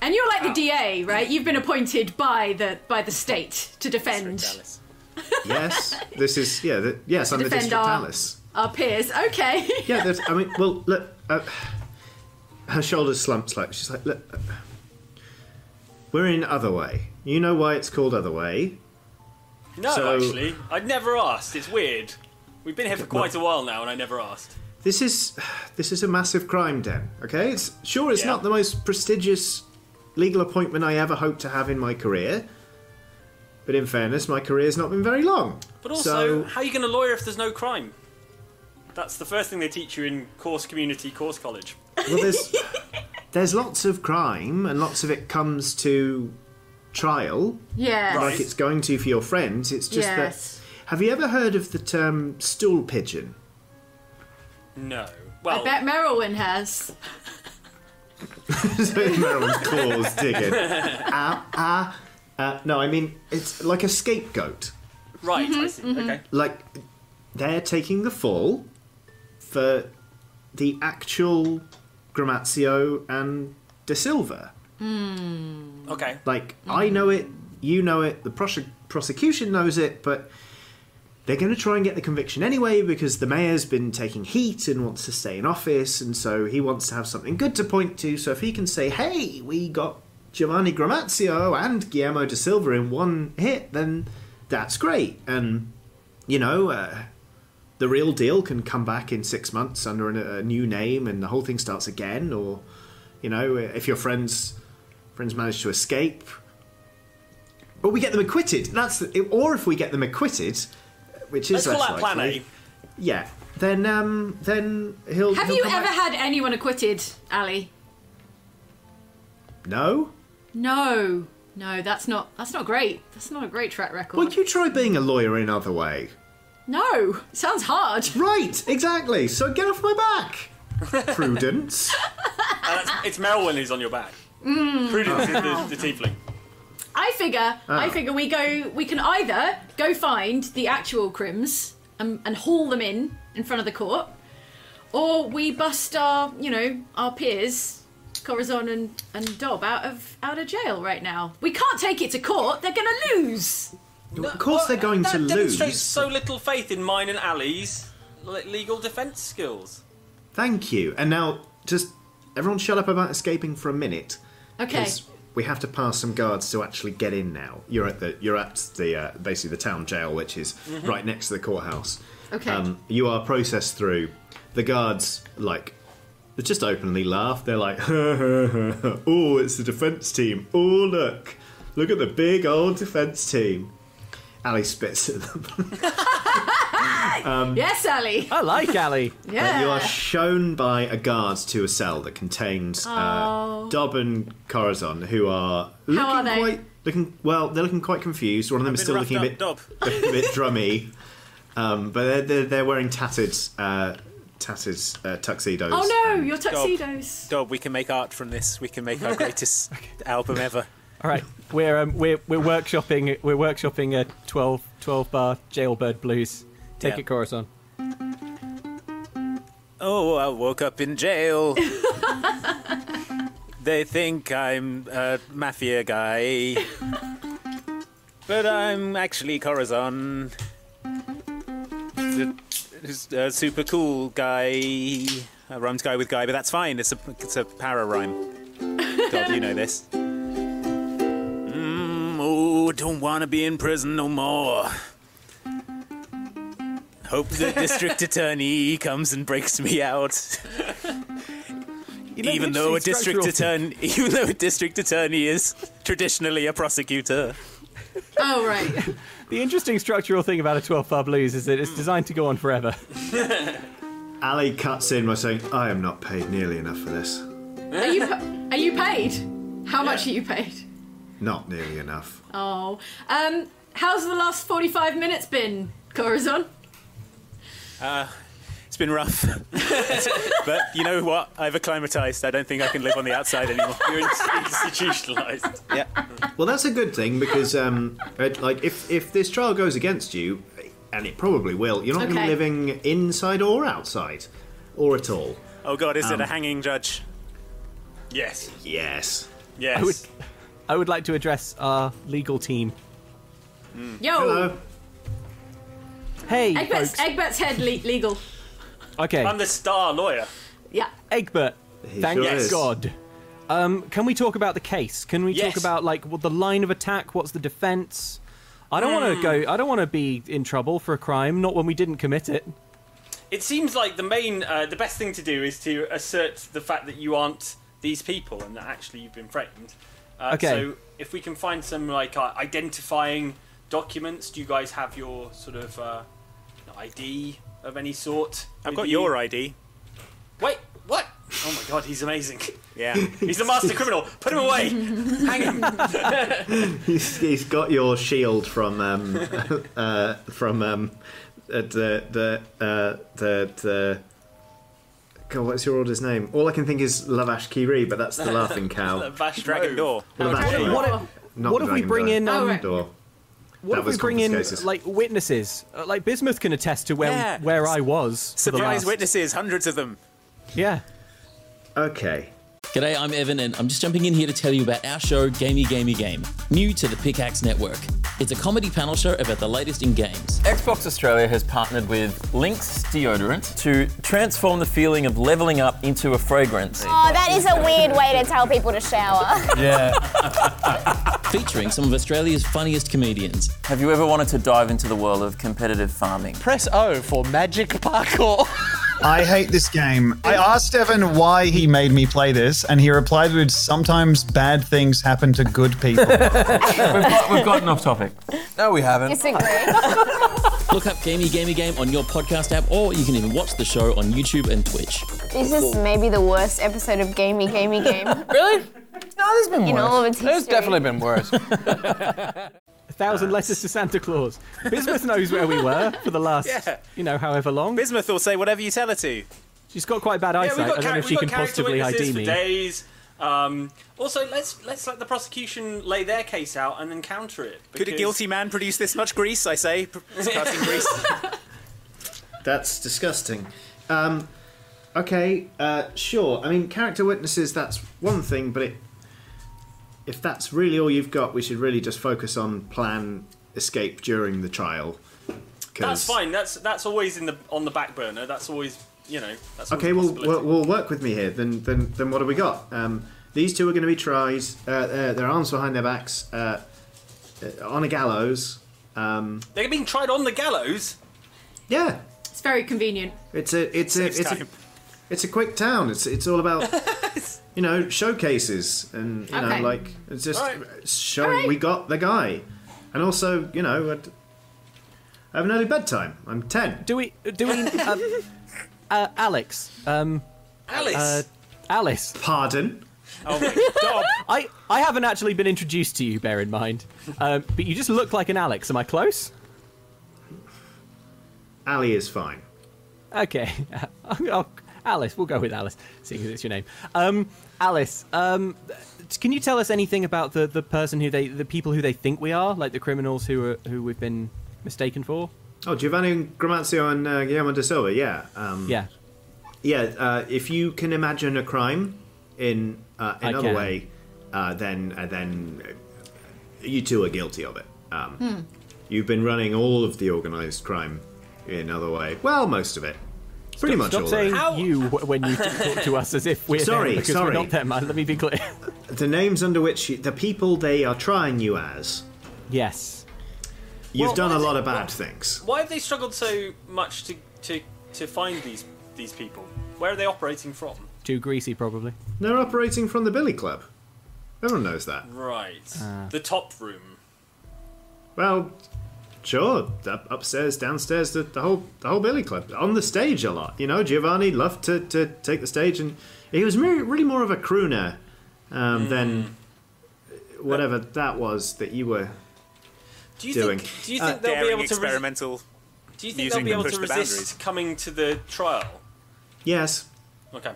And you're like the DA, right? You've been appointed by the by the state to defend Yes, this is yeah. The, yes, To I'm the defend district our- Alice. our peers. Okay. yeah, there's, I mean, well, look, uh, her shoulders slump slightly. She's like, look, uh, we're in other way. You know why it's called other way? No, So- actually, I'd never asked. It's weird. We've been here for quite a while now, and I never asked. This is this is a massive crime den. Okay, it's sure it's Yeah. not the most prestigious legal appointment I ever hoped to have in my career, but in fairness, my career's not been very long. But also, So- how are you going to lawyer if there's no crime? That's the first thing they teach you in course community course college. Well, there's there's lots of crime, and lots of it comes to trial. Yes. like it's going to for your friends. It's just Yes. that. Have you ever heard of the term stool pigeon? No. Well, I bet Merylwyn has. Marilyn's claws digging. Ah, ah. Uh, no, I mean it's like a scapegoat. right. Mm-hmm. I see. Mm-hmm. Okay. Like they're taking the fall for the actual Gramazio and De Silva. Okay. Like, I know it, you know it, the prose- prosecution knows it, but they're going to try and get the conviction anyway because the mayor's been taking heat and wants to stay in office, and so he wants to have something good to point to. So if he can say, hey, we got Giovanni Gramazio and Guillermo da Silva in one hit, then that's great. And, you know, uh, the real deal can come back in six months under an, a new name and the whole thing starts again, or, you know, if your friends friends manage to escape, or we get them acquitted. That's the, or if we get them acquitted, which Let's is call less that plan likely. A. Yeah. Then um then he'll. Have he'll you come ever back. had anyone acquitted, Ali? No. No. No, that's not that's not great. That's not a great track record. Well, you try being a lawyer another way. No. Sounds hard. Right. Exactly. So get off my back. Prudence. And that's, Uh, it's Merylwyn who's on your back. Mm. Prudence is the, the tiefling. I figure, Ah. I figure we go. We can either go find the actual crims and, and haul them in in front of the court, or we bust our, you know, our peers, Corazon and and Dob, out of out of jail right now. We can't take it to court. They're gonna lose. of course, they're going That to demonstrates lose. so little faith in mine and Ali's le- legal defense skills. Thank you. And now, just everyone, shut up about escaping for a minute. Okay. 'cause We have to pass some guards to actually get in now. You're at the you're at the uh, basically the town jail, which is Mhm. right next to the courthouse. Um, Okay. you are processed through. The guards like they just openly laugh. They're like, "Oh, it's the defense team. Oh, look, look at the big old defense team." Ali spits at them. Um, yes, Ali. I like Ali. uh, Yeah. you are shown by a guard to a cell that contains Oh. uh, Dob and Corazon, who are looking How are they? quite looking. Well, they're looking quite confused. One of them is Been still roughed looking a up, bit, Dob. a bit drummy, um, but they're, they're, they're wearing tattered uh, tattered uh, tuxedos. Oh no, your tuxedos. Dob, we can make art from this. We can make our greatest album ever. All right, we're um, we're we're workshopping we're workshopping a 12, 12 bar jailbird blues. Take Yeah. it, Corazon. Oh, I woke up in jail. they think I'm a mafia guy. but I'm actually Corazon. The, just a super cool guy. A rhymes guy with guy, but that's fine. It's a, it's a para rhyme. God, you know this. Mm, oh, don't want to be in prison no more. Hope the district attorney comes and breaks me out. even though a district attorney, even though a district attorney is traditionally a prosecutor. Oh right. The interesting structural thing about a 12 bar blues is that Hmm. it's designed to go on forever. Ali cuts in by saying, "I am not paid nearly enough for this. Are you pa- are you paid? How much are you paid? Not nearly enough." Oh, um, How's the last 45 minutes been, Corazon? Mm. Uh, it's been rough. but you know what? I've acclimatized. I don't think I can live on the outside anymore. You're institutionalized. Yeah. Well, that's a good thing because, um, it- like, if if this trial goes against you, uh, and it probably will, you're not going to Okay. be living inside or outside, or at all. Oh god, is it Um, a hanging judge? Yes. Yes. Yes. I would, I would like to address our legal team. Yo! Hello. Hey, Egbert's, folks. Egbert's head le- legal. Okay. I'm the star lawyer. Yeah. Egbert, He thank sure is. God. Um, can we talk about the case? Can we Yes. talk about like what the line of attack? What's the defense? I don't Hmm. want to go. I don't want to be in trouble for a crime, not when we didn't commit it. It seems like the main, uh, the best thing to do is to assert the fact that you aren't these people and that actually you've been framed. Uh, Okay. So if we can find some like uh, identifying documents, do you guys have your sort of uh, ID of any sort? I've with got you? your ID. Wait, what? Oh my god, he's amazing. Yeah. he's the master criminal. Put him away. Hang him. he's, he's got your shield from um, uh, from um, uh, the the uh, the the. God, what's your order's name? All I can think is Lavash Kiri, but that's the laughing cow. Dragon Door. Lavash Kiri. What if- Not what the if we Dragon bring Door. in, um, Oh, right. Door. What That if was we bring in confiscated. like witnesses? Uh, like Bismuth can attest to where Yeah. where I was. for the Surprise last- witnesses, hundreds of them. Yeah. Okay. G'day, I'm Evan, and I'm just jumping in here to tell you about our show, Gamey Gamey Game, new to the Pickaxe Network. It's a comedy panel show about the latest in games. Xbox Australia has partnered with Lynx deodorant to transform the feeling of leveling up into a fragrance. Oh, that is a weird way to tell people to shower. Yeah. Featuring some of Australia's funniest comedians. Have you ever wanted to dive into the world of competitive farming? Press O for magic parkour. I hate this game. I asked Evan why he made me play this, and he replied with sometimes bad things happen to good people. We've gotten off topic. No, we haven't. Disagree. Look up Gamey Gamey Game on your podcast app, or you can even watch the show on YouTube and Twitch. this is maybe the worst episode of Gamey Gamey Game. really? No, Oh, there's been In worse. all of its history. There's definitely been worse. A thousand letters to Santa Claus. Bismuth knows where we were for the last, Yeah. you know, however long. Bismuth will say whatever you tell her to. She's got quite bad eyesight. I don't know if she we've can got character possibly witnesses ID for me. Days. Um, also, let's let's let the prosecution lay their case out and then counter it. Could a because- guilty man produce this much grease? I say, P- casting grease. That's disgusting. Um, okay, uh, sure. I mean, character witnesses, that's one thing, but it, if that's really all you've got, we should really just focus on plan escape during the trial. 'Cause- That's fine. That's that's always in the on the back burner. That's always you know. That's always Okay, a well, possibility. well, we'll work with me here. Then, then, then what have we got? Um, these two are going to be tried, uh, uh, their arms behind their backs, uh, uh, on a gallows. Um, They're being tried on the gallows. yeah, It's very convenient. It's a it's a Saves it's, a time. it's a quick town. It's it's all about you know showcases and you Okay. know like it's just Alright. showing we got the guy, and also you know I'd- I have an early bedtime. I'm ten. Do we do we um, uh, Alex? Um, Alice. Uh, Alice. Pardon. Oh my god! I I haven't actually been introduced to you. Bear in mind, um, but you just look like an Alex. Am I close? Ali is fine. Okay, Oh, Alice. We'll go with Alice, seeing as it's your name. Um, Alice. Um, can you tell us anything about the, the person who they the people who they think we are, like the criminals who are, who we've been mistaken for? Oh, Giovanni Gramazio and uh, Guillermo de Silva. Yeah. Um, Yeah. Yeah. Uh, if you can imagine a crime in uh, I another can. way, uh, then uh, then uh, you two are guilty of it. Um, You've been running all of the organised crime in another way. Well, most of it. Pretty much Stop- Stop all saying of it. you wh- when you talk to us as if we're them, Sorry, because sorry. we're not them. Uh, Let me be clear. The names under which you, the people they are trying you as. Yes. You've Well, done a what is lot it- of bad what- things. Why have they struggled so much to to to find these these people? Where are they operating from? Too greasy, probably. They're operating from the Billy Club. Everyone knows that. Right. Ah. The top room. Well, sure. Up, upstairs, downstairs, the, the whole the whole Billy Club on the stage a lot. You know, Giovanni loved to, to take the stage, and he was really, really more of a crooner um, than whatever that was that you were. Do you doing. think? Do you think they'll be daring able to? Res- experimental. do you think they'll using be them able push to the boundaries. resist coming to the trial? Yes, Okay.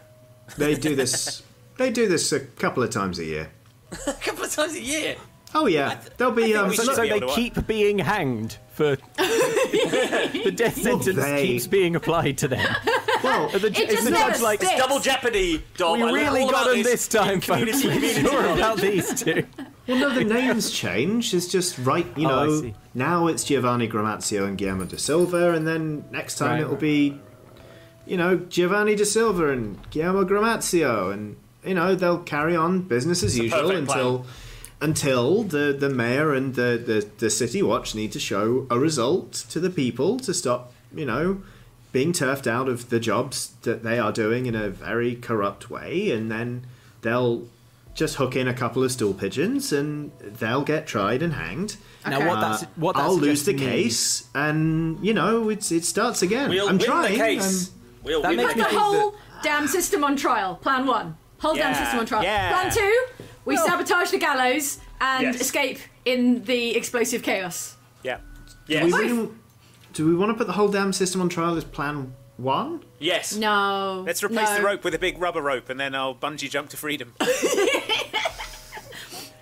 they do this. they do this a couple of times a year. a couple of times a year. Oh yeah, they'll be. Um, so look- so they keep being hanged for the death sentence keeps being applied to them. Well, the, It is just the never judge like sticks. It's double jeopardy, Dom. I Oh, We learned really all got about them this this time, in folks. community- We community sure knowledge. about these two. Well, no, the names change. It's just right, you Oh, I know. see. Now it's Giovanni Gramazio and Guillermo da Silva, and then next time Right, it'll right, be, you know, Giovanni da Silva and Guillermo Gramazio, and you know they'll carry on business as It's a usual perfect plan. until until the the mayor and the, the the city watch need to show a result to the people to stop, you know. Being turfed out of the jobs that they are doing in a very corrupt way, and then they'll just hook in a couple of stool pigeons and they'll get tried and hanged. Now, Okay. what that's- Uh, what that I'll lose the suggests means- case, and you know it's it starts again. We'll I'm win the trying. case. I'm- We'll That win makes the me The case. think whole damn system on trial. Plan one. Whole damn Yeah, system on trial. yeah. Plan two. We Well- sabotage the gallows and Yes. escape in the explosive chaos. yeah. Do, we really, do we want to put the whole damn system on trial as plan one? Yes. No. Let's replace no. the rope with a big rubber rope, and then I'll bungee jump to freedom.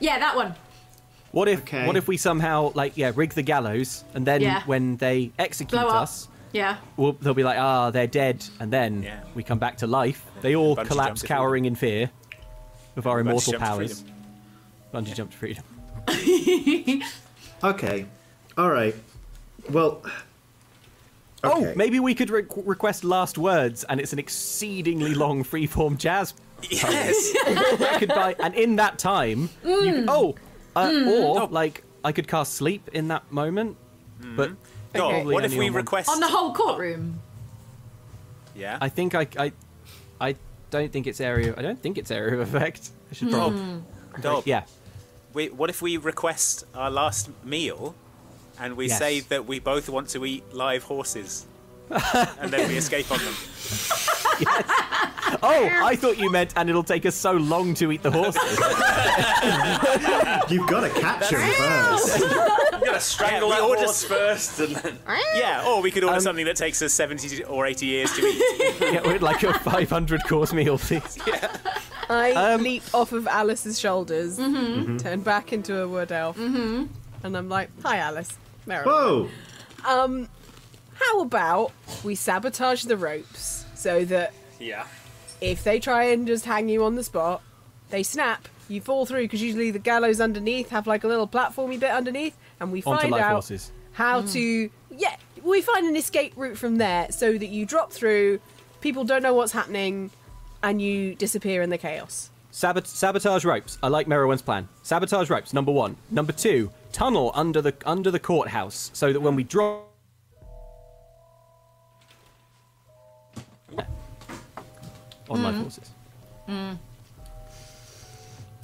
Yeah, that one. What if what if we somehow like yeah rig the gallows and then Yeah. when they execute Blow up. us, Yeah. we'll, they'll be like ah they're dead and then we come back to life. They all Bungee collapse jump to cowering in fear of our Bungee immortal jump to powers. Bungee jump to freedom. Okay. All right. Well. Oh, maybe we could re- request last words, and it's an exceedingly long freeform jazz. Yes, I could buy, and in that time, you could, oh, uh, Oh. or like I could cast sleep in that moment, but God, probably Mm-hmm. what if only we on one- request? On the whole courtroom. Yeah. I think I, I, I don't think it's area. I don't think it's area of effect. I should Dob. probably. Dob. Yeah. Wait, what if we request our last meal, and we Yes. say that we both want to eat live horses, and then we escape on them? Oh, I thought you meant, and it'll take us so long to eat the horses. You've got to catch 'em first. You gotta strangle that horse first, and then. Um, Yeah, or we could order something that takes us seventy or eighty years to eat. yeah, we'd like a 500 course meal, please. I Um, leap off of Alice's shoulders, turn back into a wood elf, and I'm like, "Hi, Alice, Meryl. Whoa! Um, how about we sabotage the ropes so that Yeah. if they try and just hang you on the spot, they snap, you fall through because usually the gallows underneath have like a little platformy bit underneath, and we Onto find live out horses. how to yeah we find an escape route from there so that you drop through, people don't know what's happening, and you disappear in the chaos. Sabot- sabotage ropes. I like Merowyn's plan. Sabotage ropes. Number one. Number two. Tunnel under the under the courthouse so that when we drop. On live Mm-hmm. Mhm. horses. Mm.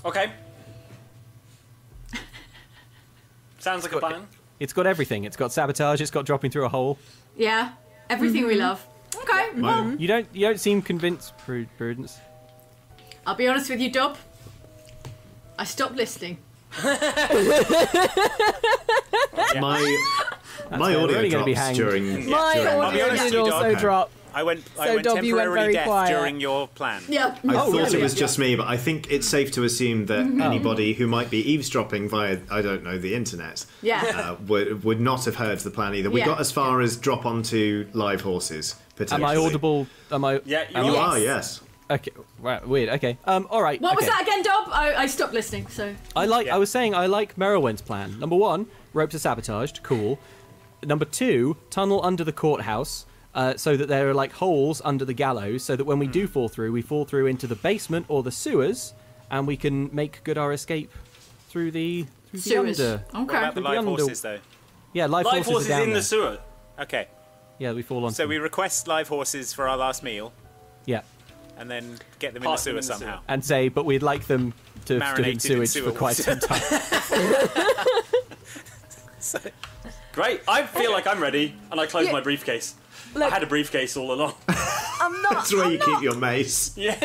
Okay. Sounds like a plan. It's got everything. It's got sabotage. It's got dropping through a hole. Yeah. Everything we Mhm. love. Okay. Well, Mm-hmm. You don't. You don't seem convinced, Pru- Prudence. I'll be honest with you, Dob. I stopped listening. My my we're audio really gonna be drops hanged. during. My during audio I'll be honest, did you also don't. drop. I went. I So went Dob, you went temporarily very deaf quiet. during your plan. Yeah. I Oh, thought it was just me, but I think it's safe to assume that Mhm. Oh. anybody who might be eavesdropping via, I don't know, the internet, Yeah. uh, would, would not have heard the plan either. We Yeah. got as far as drop onto live horses. Am I potentially. audible? Am I? Yeah, You are, yes. Okay. Right. Weird. Okay. Um. All right. What was okay. that again, Dob? I, I stopped listening. So. I like. I was saying I like Merowyn's plan. Number one, ropes are sabotaged. Cool. Number two, tunnel under the courthouse. Uh, so that there are like holes under the gallows, so that when we do Hmm. fall through, we fall through into the basement or the sewers, and we can make good our escape through the through Sewers. the under. Oh. Okay. What about the through live under- horses, though? Yeah, live, Live horses, horses are down in the there. sewer. Okay. Yeah, we fall on. So we request live horses for our last meal, Yeah, and then get them Pass them in in the the sewer somehow. and say, but we'd like them to have stood in Marinated in sewage sewer for quite some water. time. Great. I feel like I'm ready, and I close Yeah. my briefcase. I had a briefcase all along. I'm not. That's where you keep your mace. Yeah.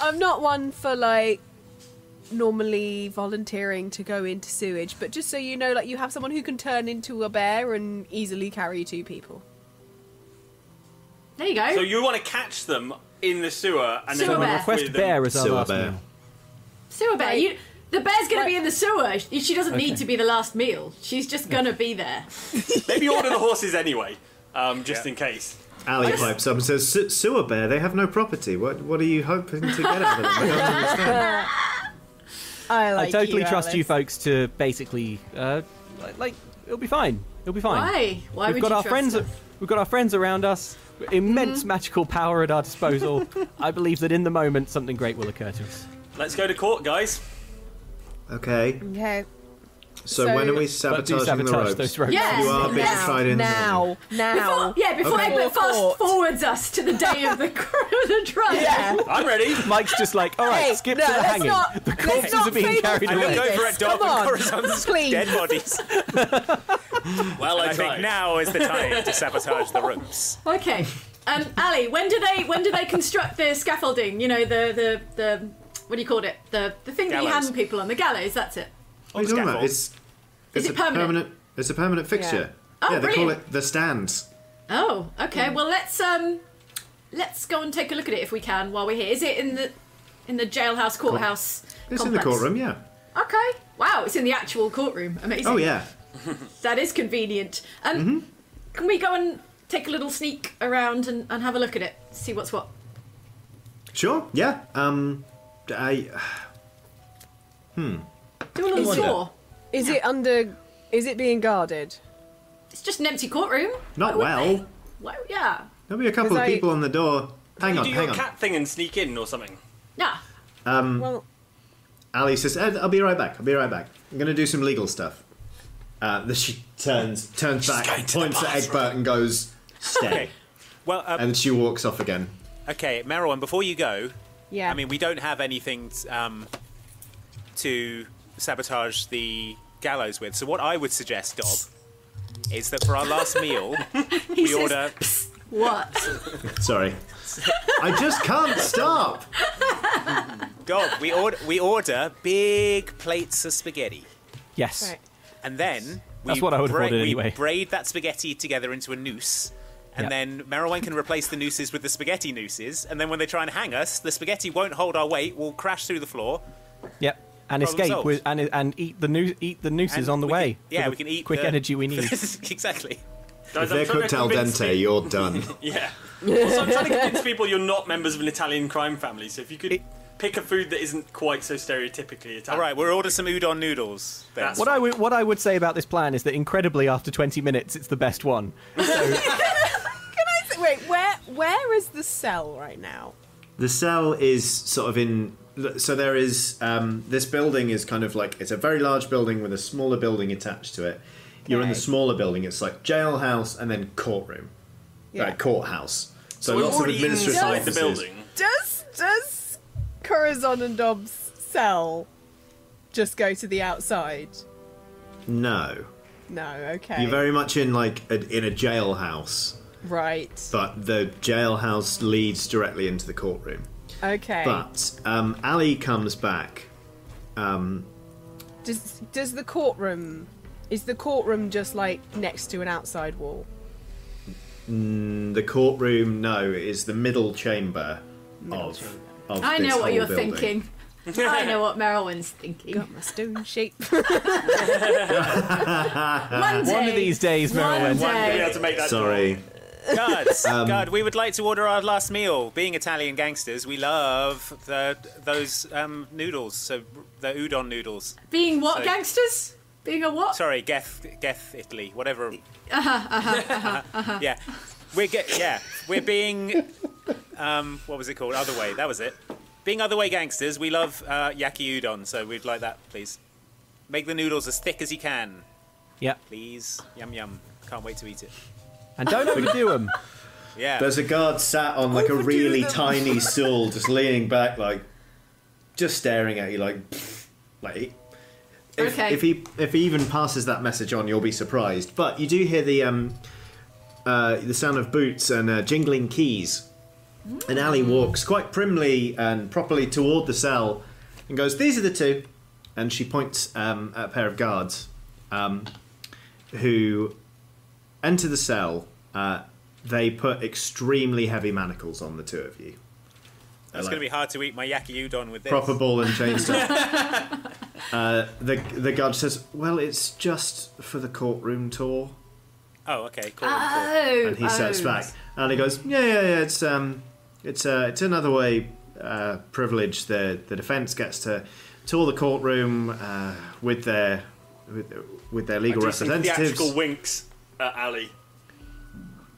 I'm not one for like normally volunteering to go into sewage, but just so you know, like you have someone who can turn into a bear and easily carry two people. There you go. So you want to catch them in the sewer and Sewer then bear. walk Request um, with them. bear as our Sewer last bear. meal. Sewer bear. You, the bear's going to be in the sewer. She she doesn't Okay. need to be the last meal. She's just going to be there. Maybe order the horses anyway, um, just in case. Ali Just- pipes up and says, "Se- "Sewer bear. They have no property. What What are you hoping to get out of them? I don't understand." I I totally trust you Alice. folks to basically, uh, li- like, it'll be fine. It'll be fine. Why? Why we've would got you our trust friends. us? We've got our friends around us. Immense magical power at our disposal. I believe that in the moment, something great will occur to us. Let's go to court, guys. Okay. Okay. So, So- when are we But do sabotaging the sabotage ropes? those ropes. you are being now, tied in. now, now. Before, yeah, before Okay. Egbert fast forwards us to the day of the, the trial. Yeah. I'm ready. Mike's just like, all right, Hey, skip no, to the let's hanging. not- the let's corpses not are being favour carried I away. look over at Dom Come and on. Corazon's Please. dead bodies. well, I, tried. think now is the time to sabotage the ropes. Okay. Um, Ali, when do they when do they construct the scaffolding? You know, the the, the what do you call it? The the thing that you Gallows. hang people on, the gallows, that's it. What are you talking about? It's, Is it's it a permanent? It's a permanent fixture. Yeah. Oh, yeah, they call brilliant. it the stands. Oh, okay. Well let's um let's go and take a look at it if we can while we're here. Is it in the in the jailhouse courthouse? It's in the complex? courtroom. Yeah. Okay. Wow, it's in the actual courtroom. Amazing. Oh yeah. Mm-hmm. That is convenient. Um can we go and take a little sneak around and, and have a look at it? See what's what. Sure. Yeah. Um. I. Hmm. Do a little Wonder. tour. Is it under? Is it being guarded? It's just an empty courtroom. Not Why would well. Why, yeah. There'll be a couple of Because I- people on the door. Hang you on. do Hang your on. cat thing and sneak in or something. Nah. Um, well, Ali says, "Ed, "I'll be right back. I'll be right back. I'm going to do some legal stuff." Uh, then she turns turns back, points at Egbert, and goes, "Stay." Okay. Well, uh, And she walks off again. okay, Merowyn, before you go, Yeah. I mean, we don't have anything um, to sabotage the gallows with. So what I would suggest, Dob, is that for our last meal, we says, order. What? Sorry, I just can't stop. Dob, we order we order big plates of spaghetti, Yes. and then we That's what I would have braid, ordered we anyway. braid that spaghetti together into a noose. And Yep. then Merowyn can replace the nooses with the spaghetti nooses. And then when they try and hang us, the spaghetti won't hold our weight. We'll crash through the floor. Yep. And Problem escape solved. with, and and eat the noose, eat the nooses And on the we way. can- for yeah, the we can eat quick the- energy we need. exactly. Guys, if they're I'm trying to cooked al convince dente, you're done. Yeah. Also, I'm trying to convince people you're not members of an Italian crime family. So if you could pick a food that isn't quite so stereotypically Italian. All right, we'll order some udon noodles. What I would what I would say about this plan is that incredibly after 20 minutes it's the best one. Can I say, wait? Where where is the cell right now? The cell is sort of in. So there is um, this building is kind of like it's a very large building with a smaller building attached to it. You're in the Okay. smaller building. It's like jailhouse and then courtroom, Yeah. like courthouse. So, So we're lots of already administrative inside the offices. building. Does does Corazon and Dobbs' cell just go to the outside? No, No. Okay. you're very much in like a, in a jailhouse, right. but the jailhouse leads directly into the courtroom. Okay. But um, Ali comes back. Um, Does does the courtroom is the courtroom just like next to an outside wall? Mm, the courtroom, no, is the middle chamber of. of I this know what whole you're building. thinking. I know what Merowyn's thinking. Got my stone shape. One One of day. these days, Merylwen. One day. Be able to make that Sorry. Guards, Um, guard, we would like to order our last meal. Being Italian gangsters, we love the, those um, noodles, so the udon noodles. Being what So- gangsters? Being a what? Sorry, Geth, Geth, Italy, whatever. Uh-huh, uh-huh, uh-huh, uh-huh. Yeah, we're ge- yeah, we're being um, what was it called? Other way. That was it. Being other way gangsters, we love uh, yaki udon, so we'd like that, please. Make the noodles as thick as you can, Yep. please. Yum yum. Can't wait to eat it. And don't overdo them. Yeah. There's a guard sat on like a really tiny stool, just leaning back, like, just staring at you, like, pfft, like. If, Okay. if he if he even passes that message on, you'll be surprised. But you do hear the um, uh, the sound of boots and uh, jingling keys, and Ali walks quite primly and properly toward the cell, and goes, "These are the two," and she points um, at a pair of guards um, who enter the cell. Uh, they put extremely heavy manacles on the two of you. It's like- going to be hard to eat my yaki udon with this. Proper ball and chain stuff. uh, the the guard says, "Well, it's just for the courtroom tour." Oh, okay. Cool. Uh, Oh, and he steps oh. back and he goes, "Yeah, yeah, yeah. It's um, it's uh, it's another way uh, privilege. The the defense gets to tour the courtroom uh, with their with, with their legal I do some representatives um, Theatrical winks at Ali.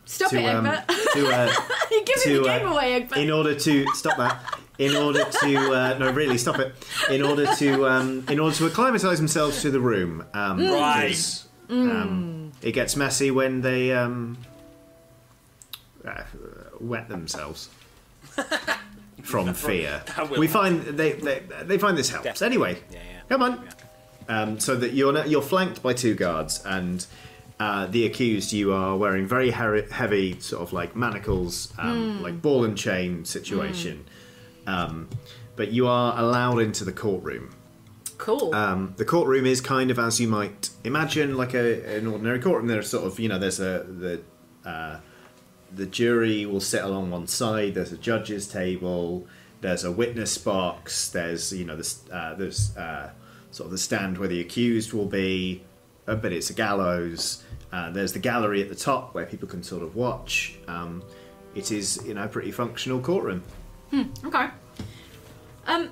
Stop to, it, um, Egbert. to, uh, You're giving to, the uh, game away, Egbert. in order to stop that." In order to uh, no, really stop it. In order to um, in order to acclimatise themselves to the room. Um, Mm. Right. because, Um, it gets messy when they um, uh, wet themselves. from fear. That will We help. find they, they they find this helps anyway. Come on. Um, so that you're now, you're flanked by two guards and. Uh, the accused, you are wearing very he- heavy, sort of like manacles, um, Mm. like ball and chain situation. Um, but you are allowed into the courtroom. Cool. Um, the courtroom is kind of as you might imagine, like a, an ordinary courtroom. There's sort of, you know, there's a the uh, the jury will sit along one side. There's a judge's table. There's a witness box. There's you know this uh, there's uh, sort of the stand where the accused will be, uh, but it's a gallows. Uh, there's the gallery at the top where people can sort of watch. Um, it is you know a pretty functional courtroom. Hmm, okay. Um,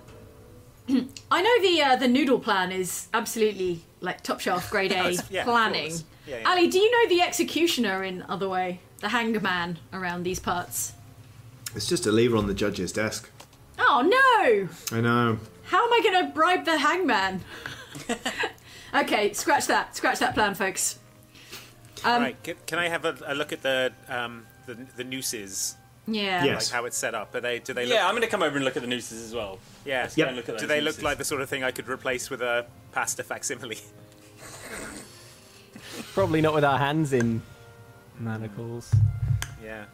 I know the uh, the noodle plan is absolutely like top shelf, grade Oh, A it's- yeah, of planning. course. Yeah, yeah. Ali, do you know the executioner in other way, the hangman around these parts? It's just a lever on the judge's desk. Oh no! I know. How am I going to bribe the hangman? okay, scratch that. Scratch that plan, folks. Um, right. Can, can I have a, a look at the um, the, the nooses? Yeah. Yes. Like how it's set up. Are they? Do they? Yeah, Look, I'm going to come over and look at the nooses as well. Yeah. Let's go and look at do those they look nooses. like the sort of thing I could replace with a pasta facsimile? Probably not with our hands in manacles. Yeah.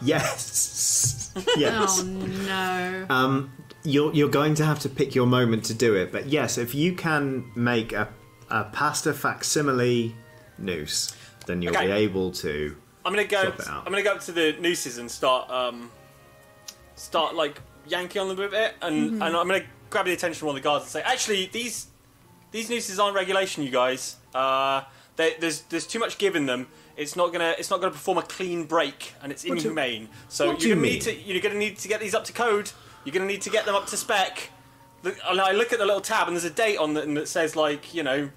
Yes. yes. Oh no. Um, you're you're going to have to pick your moment to do it, but yes, if you can make a, a pasta facsimile noose, then you'll be Okay. able to. I'm gonna go. Swap it out. I'm gonna go up to the nooses and start, um, start like yanking on them a bit, and, Mhm. and I'm gonna grab the attention of one of the guards and say, actually, these these nooses aren't regulation, you guys. Uh, they, there's there's too much give in them. It's not gonna it's not gonna perform a clean break, and it's What do- inhumane. so what do you're you gonna mean? need to you're gonna need to get these up to code. You're gonna need to get them up to spec. Look, and I look at the little tab, and there's a date on it, and it says like you know,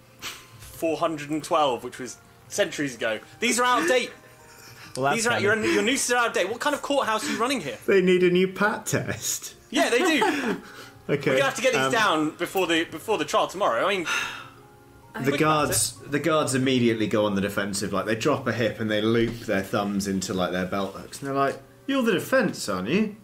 412, which was centuries ago. These are out of date. Well, that's These are out, your, handy. your nooses are out of date. What kind of courthouse are you running here? They need a new pat test. Yeah, they do. Okay. We're gonna have to get these um, down before the before the trial tomorrow. I mean, The guards, the guards immediately go on the defensive. Like they drop a hip and they loop their thumbs into like their belt hooks, and they're like, "You're the defence, aren't you?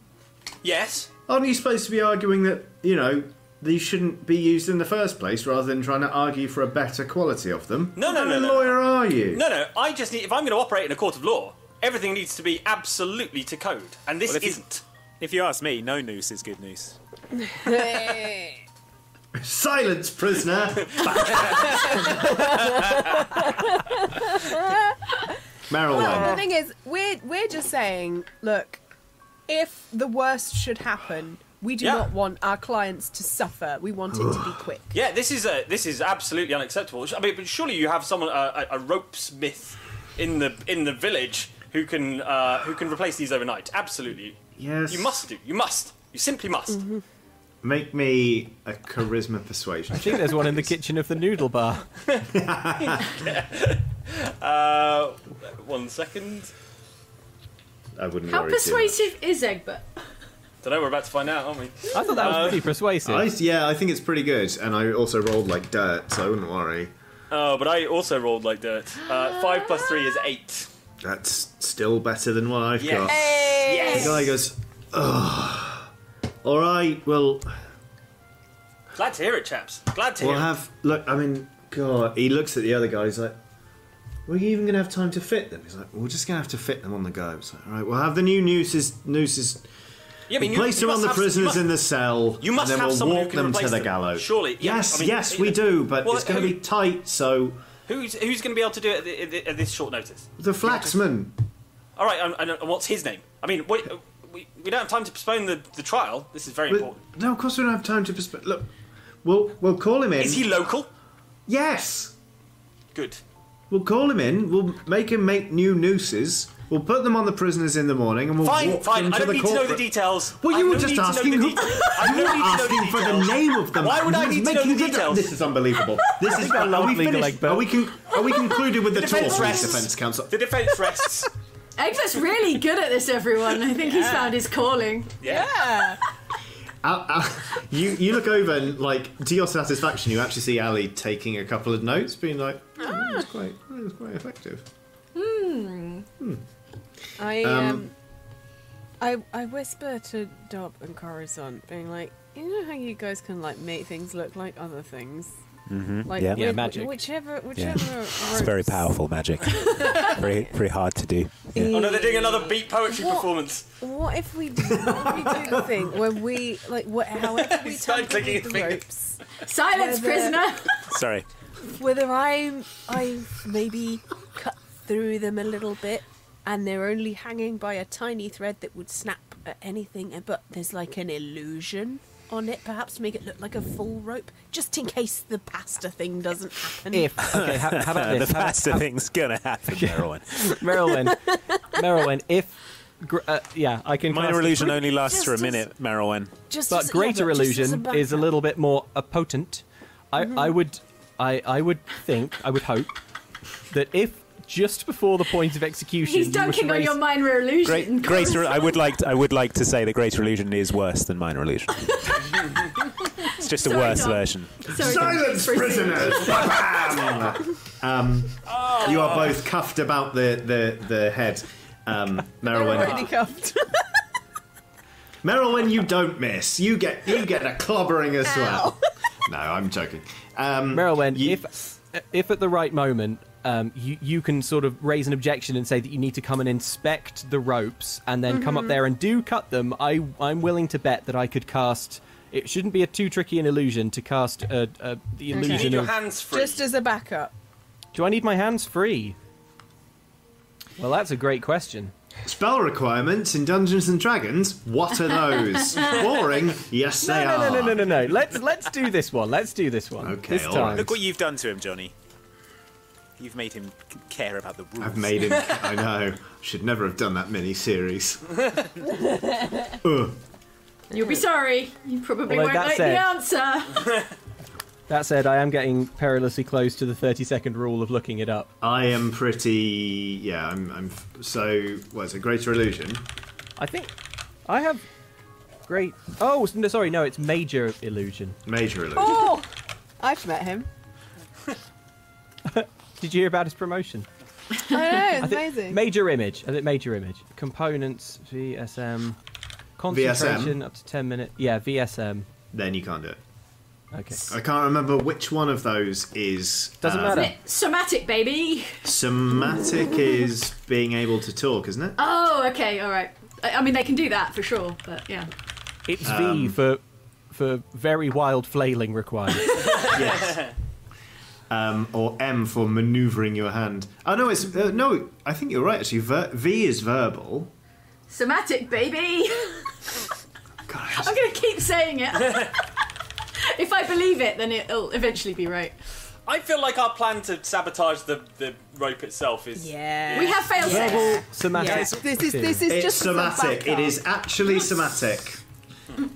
yes. Aren't you supposed to be arguing that you know these shouldn't be used in the first place, rather than trying to argue for a better quality of them? No, no, What no, kind of no. lawyer are you? No, no. I just need if I'm going to operate in a court of law, everything needs to be absolutely to code, and this Well, if you- isn't. If you ask me, no noose is good noose. Silence, prisoner. Well, the Marilyn. thing is, we're we're just saying, look, if the worst should happen, we do Yeah. not want our clients to suffer. We want it to be quick. Yeah, this is a, this is absolutely unacceptable. I mean, but surely you have someone a, a, a rope smith in the in the village who can uh, who can replace these overnight. Absolutely. Yes. You must do. You must. You simply must. Mm-hmm. Make me a charisma persuasion. I think there's one in the kitchen of the noodle bar. Uh, one second. I wouldn't How worry too persuasive is Egbert? Don't know. We're about to find out, aren't we? I thought that was Uh, pretty persuasive. I, yeah, I think it's pretty good, and I also rolled like dirt, so I wouldn't worry. Oh, but I also rolled like dirt. Uh, five plus three is eight. That's still better than what I've Yes. got. Yes. The guy goes, Ugh. All right, well, Glad to hear it, chaps. Glad to we'll hear. it. have. Look, I mean, God. He looks at the other guy. He's like, "Were you even going to have time to fit them?" He's like, "We're just going to have to fit them on the go." It's like, "All right, we'll have the new nooses, nooses Yeah, I mean, we you- place you must around the have- prisoners you must- in the cell, You must and then have we'll someone who walk can them replace to the them. gallows. Surely, yeah, yes, I mean, yes, you we know- do, but Well, it's going to who- be tight. So Who's who's going to be able to do it at, the, at, the- at this short notice? the flaxman. All right, and, and- and what's his name? I mean, what, we, we don't have time to postpone the, the trial. This is very But- important. No, of course we don't have time to. Persp- look, we'll we'll call him in. Is he local? Yes. Good. We'll call him in. We'll make him make new nooses. We'll put them on the prisoners in the morning, and we'll Fine, walk fine. them I to don't the need to know the corporate. details. Well, I you were don't just need to know the asking who. details. I don't you were need to know the asking for the details. name of them. Why would I Who's need to know making the details? This is unbelievable. This is. I love Are we legal finished? Are we, con- are we concluded with the, talk, defense rests. Mr. Defense Counsel? The defense rests. Egbert's really good at this, everyone. I think he's found his calling. Yeah. Al- Al- you you look over and like to your satisfaction, you actually see Ali taking a couple of notes, being like, oh, that Ah. was quite, that was quite effective. Hmm. Hmm. I Um, um, I I whisper to Dob and Corazon, being like, you know how you guys can like make things look like other things. Mhm. Like Yeah. Yeah, with- magic. Whichever Yeah. whichever. It's very powerful magic. very, very hard to do. Oh no, they're doing another beat poetry performance. What if we do, what if we do the thing where we like what, however we Start tangle clicking the his fingers. ropes? Silence, Whether- prisoner. Sorry. Whether I'm I've maybe cut through them a little bit, and they're only hanging by a tiny thread that would snap at anything, but there's like an illusion on it, perhaps to make it look like a full rope, just in case the pasta thing doesn't happen. okay, how, how about this? the How about- faster how- thing's gonna happen, Merwin. Merylwyn, Merylwyn, if gr- uh, yeah, I can. Minor cast- illusion only lasts for a Just as- minute, Merwin. Just but as- yeah, greater but just as a illusion is a backup. little bit more uh, potent. I, I Mm-hmm. would, I, I would think, I would hope that if just before the point of execution, He's you were to dunking on raise- your minor Great, illusion. greater. I would like. To, I would like to say that greater illusion is worse than minor illusion. it's just a Sorry, worse Dom. version. Sorry, Silence, Dom. prisoners! Ba-bam! um, you are both cuffed about the the, the head, um, Merylwyn. cuffed. Merylwyn, you don't miss. You get you get a clobbering as well. No, I'm joking. Um, Merylwyn, if if at the right moment um, you you can sort of raise an objection and say that you need to come and inspect the ropes and then come up Mm-hmm. Mhm. there and do cut them, I I'm willing to bet that I could cast. It shouldn't be a too tricky an illusion to cast uh, uh, the illusion of. Just as a backup. do I need my hands free? Well, that's a great question. Spell requirements in Dungeons and Dragons. What are those? Boring. Yes, No, they no, are. no, no, no, no, no. Let's let's do this one. Let's do this one. Okay. This all time. Look what you've done to him, Johnny. You've made him c- care about the rules. I've made him. I know. Should never have done that mini series. You'll be sorry. You probably won't Although that like said- the answer. That said, I am getting perilously close to the thirty-second rule of looking it up. I am pretty. Yeah, I'm. I'm so. Well, it's a greater illusion. I think I have great. Oh, s- no, sorry, no, it's major illusion. Major illusion. Oh, I've met him. Did you hear about his promotion? I know, it's I think amazing. Major image. I think major image. Components VSM. Concentration up to ten minutes. Yeah, VSM. Then you can't do it. Okay. I can't remember which one of those is. Doesn't um, matter. Somatic, baby. Somatic is being able to talk, isn't it? Oh, okay, all right. I, I mean, they can do that for sure, but yeah. It's V Um, for for very wild flailing required. yes. Um, or M for manoeuvring your hand. Oh no, it's uh, no. I think you're right. Actually, Ver- V is verbal. Somatic, baby. I'm going to keep saying it. if I believe it, then it'll eventually be right. I feel like our plan to sabotage the, the rope itself is. Yeah. We have failed safe. Verbal, somatic. Yes, this is- this is it's just as a somatic. It backup. is actually somatic.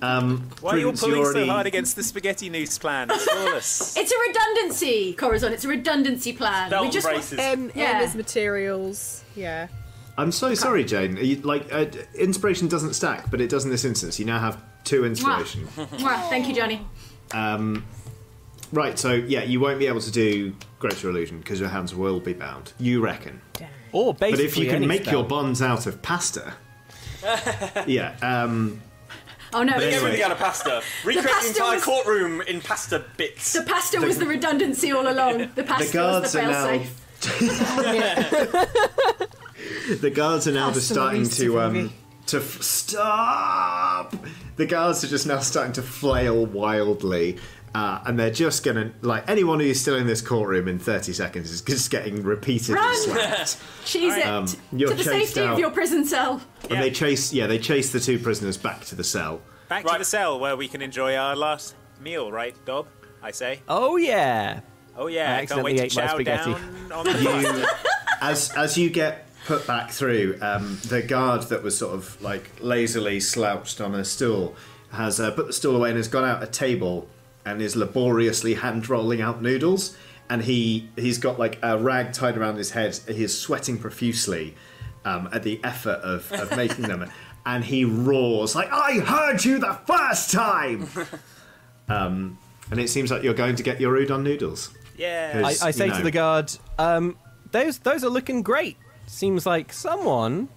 Um, Why are you all Prudence, pulling so already- hard against the spaghetti noose plan? It's flawless. It's a redundancy, Corazon. It's a redundancy plan. Belt we just braces. Eh, M- yeah. Um, M is materials. Yeah. I'm so sorry, Jane. You- Like, uh, inspiration doesn't stack, but it does in this instance. You now have two Ah. inspiration. Mwah. Mwah. Thank you, Johnny. Um, right, so yeah, you won't be able to do Greater Illusion because your hands will be bound. You reckon. Or basically, but if you can any make spell. your bonds out of pasta. yeah. Um, Oh no! But Make anyway. everything out of pasta. Recreate the, pasta entire was- courtroom in pasta bits. The pasta was the redundancy all along. The pasta the guards was the are now. failsafe. the guards are now just Pasta starting release to um, to f- stop. The guards are just now starting to flail wildly. Uh, and they're just gonna like anyone who's still in this courtroom in 30 seconds is just getting repeatedly slapped. Run! Cheese it. Um, to you're the chased safety of out. your prison cell. And they chase, yeah, they chase the two prisoners back to the cell. Back to the cell where we can enjoy our last meal, right, Dob? I say. Oh yeah. Oh yeah, I I, can't wait to accidentally ate my chow spaghetti. down on the You, as as you get put back through, um, the guard that was sort of like lazily slouched on a stool has uh, put the stool away and has gone out a table and is laboriously hand rolling out noodles. And he he's got like a rag tied around his head. He is sweating profusely um, at the effort of, of making them. And he roars like, "I heard you the first time!" Um, and it seems like you're going to get your udon noodles. Yeah. I, I say to the guard, um, those those are looking great. Seems like someone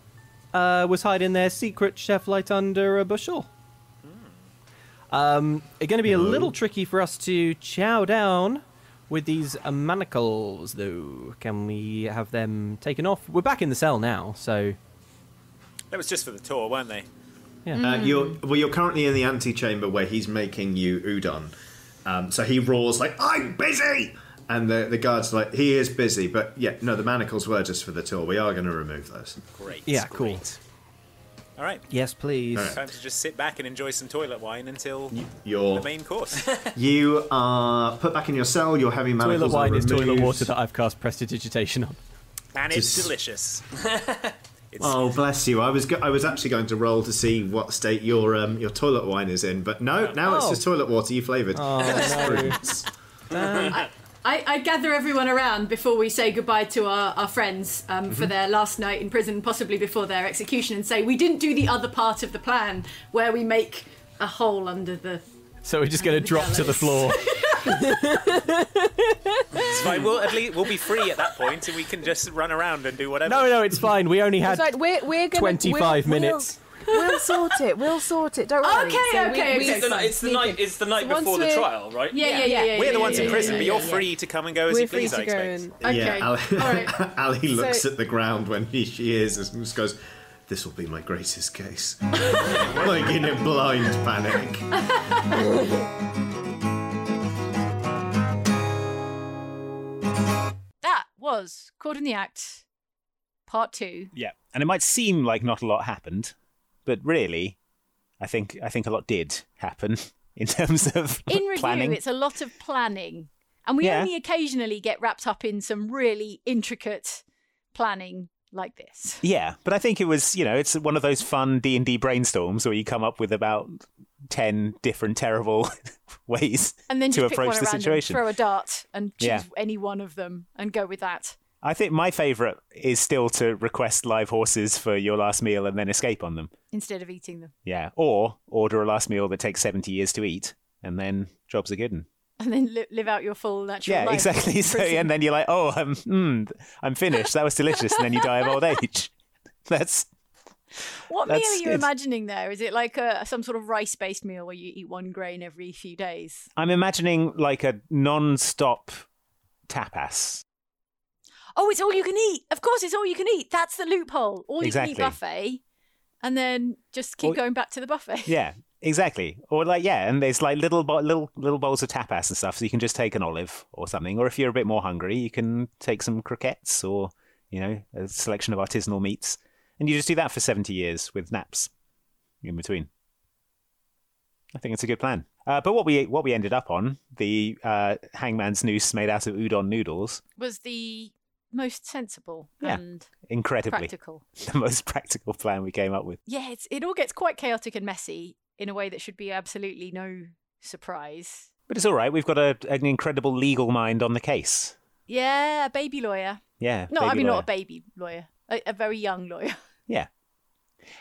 uh, was hiding their secret chef light under a bushel. Um, it's going to be a little tricky for us to chow down with these uh, manacles, though. Can we have them taken off? We're back in the cell now, so That was just for the tour, weren't they? Uh, you're, well, you're currently in the antechamber where he's making you udon. Um, so he roars like, "I'm busy," and the the guards like, "He is busy." But yeah, no, the manacles were just for the tour. We are going to remove those. Great. yeah, cool. All right. Yes, please. Time to just sit back and enjoy some toilet wine until you're- the main course. You are put back in your cell. Your heavy manacles are removed. that I've cast prestidigitation on. and it's Just- delicious. Oh, bless you! I was go- I was actually going to roll to see what state your um, your toilet wine is in, but no, now it's Oh. just toilet water you flavoured. I, I I gather everyone around before we say goodbye to our, our friends um, for Mhm. their last night in prison, possibly before their execution, and say, We didn't do the other part of the plan where we make a hole under the. So we're just going to drop to the floor. It's fine. We'll at least we'll be free at that point, and we can just run around and do whatever. No, Oh, no, it's fine. We only had It's like, we're, we're 25 minutes. We'll, sort it. We'll sort it. Don't worry. Okay, So okay, we- we- It's the, ni- it's the night. It's the night once before the we're- trial, right? Yeah, yeah, yeah, yeah, We're the yeah, ones yeah, in prison, yeah, but you're yeah, free to come and go as We're you free please. to I go expect. and- Okay. Yeah, Ali, All right. Ali looks So- at the ground when he, she hears this and just goes, "This will be my greatest case." like in a blind panic. That was Caught in the Act, part two. Yeah, and it might seem like not a lot happened, but really, I think I think a lot did happen in terms of In review, planning. it's a lot of planning. And we Yeah. only occasionally get wrapped up in some really intricate planning like this. Yeah, but I think it was you know it's one of those fun D and D brainstorms where you come up with about ten different terrible ways And then to just pick approach one at the random, situation. throw a dart and choose Yeah. any one of them and go with that. I think my favourite is still to request live horses for your last meal and then escape on them. instead of eating them Yeah, or order a last meal that takes seventy years to eat, and then jobs are good. And and then li- live out your full natural Yeah, life. exactly. in So, prison. and then you're like, oh, I'm, mm, I'm finished. That was delicious. and then you die of old age. That's what meal that's are you good. imagining there? Is it like a some sort of rice-based meal where you eat one grain every few days? I'm imagining like a non-stop tapas. Oh, it's all you can eat. Of course, it's all you can eat. That's the loophole. All you Exactly. can eat buffet, and then just keep Or- going back to the buffet. Yeah, exactly. Or like yeah, and there's like little bo- little little bowls of tapas and stuff. So you can just take an olive or something. Or if you're a bit more hungry, you can take some croquettes or you know a selection of artisanal meats, and you just do that for seventy years with naps in between. I think it's a good plan. Uh, but what we what we ended up on the uh, hangman's noose made out of udon noodles, Was the most sensible Yeah. and incredibly practical. the most practical plan we came up with. Yeah, it's, it all gets quite chaotic and messy in a way that should be absolutely no surprise. But it's all right. We've got a, an incredible legal mind on the case. Yeah, a baby lawyer. Yeah. No, I baby mean lawyer. not a baby lawyer, a, a very young lawyer. Yeah.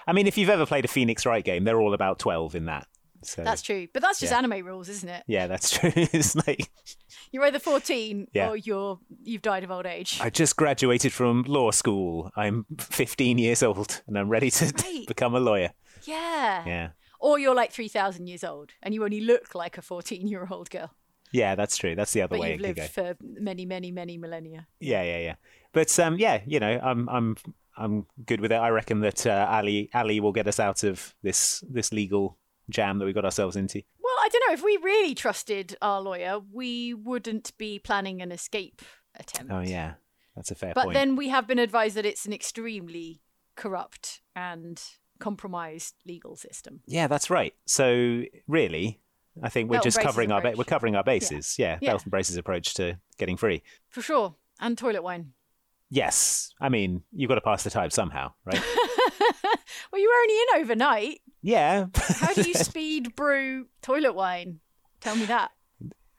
I mean, if you've ever played a Phoenix Wright game, they're all about 12 in that. So That's true, but that's just yeah. anime rules, isn't it? Yeah, that's true. it's like, You're either 14 Yeah. or you're you've died of old age. I just graduated from law school. I'm 15 years old and I'm ready to become a lawyer. Yeah. Yeah. Or you're like 3,000 years old and you only look like a 14 year old girl, Yeah, that's true. That's the other but way you've it could lived go. for many, many, many millennia. Yeah, yeah, yeah. But um, yeah, you know, I'm I'm I'm good with it. I reckon that uh, Ali Ali will get us out of this this legal jam that we got ourselves into. Well, I don't know. If we really trusted our lawyer, we wouldn't be planning an escape attempt. Oh yeah, that's a fair but point. then we have been advised that it's an extremely corrupt and compromised legal system. yeah, that's right. So really, I think we're Belt and just braces covering our ba- we're covering our bases. Yeah, Yeah. Belt and braces approach to getting free. For sure. And toilet wine. Yes, I mean you've got to pass the time somehow, right? Well, you were only in overnight. yeah. How do you speed brew toilet wine? Tell me that.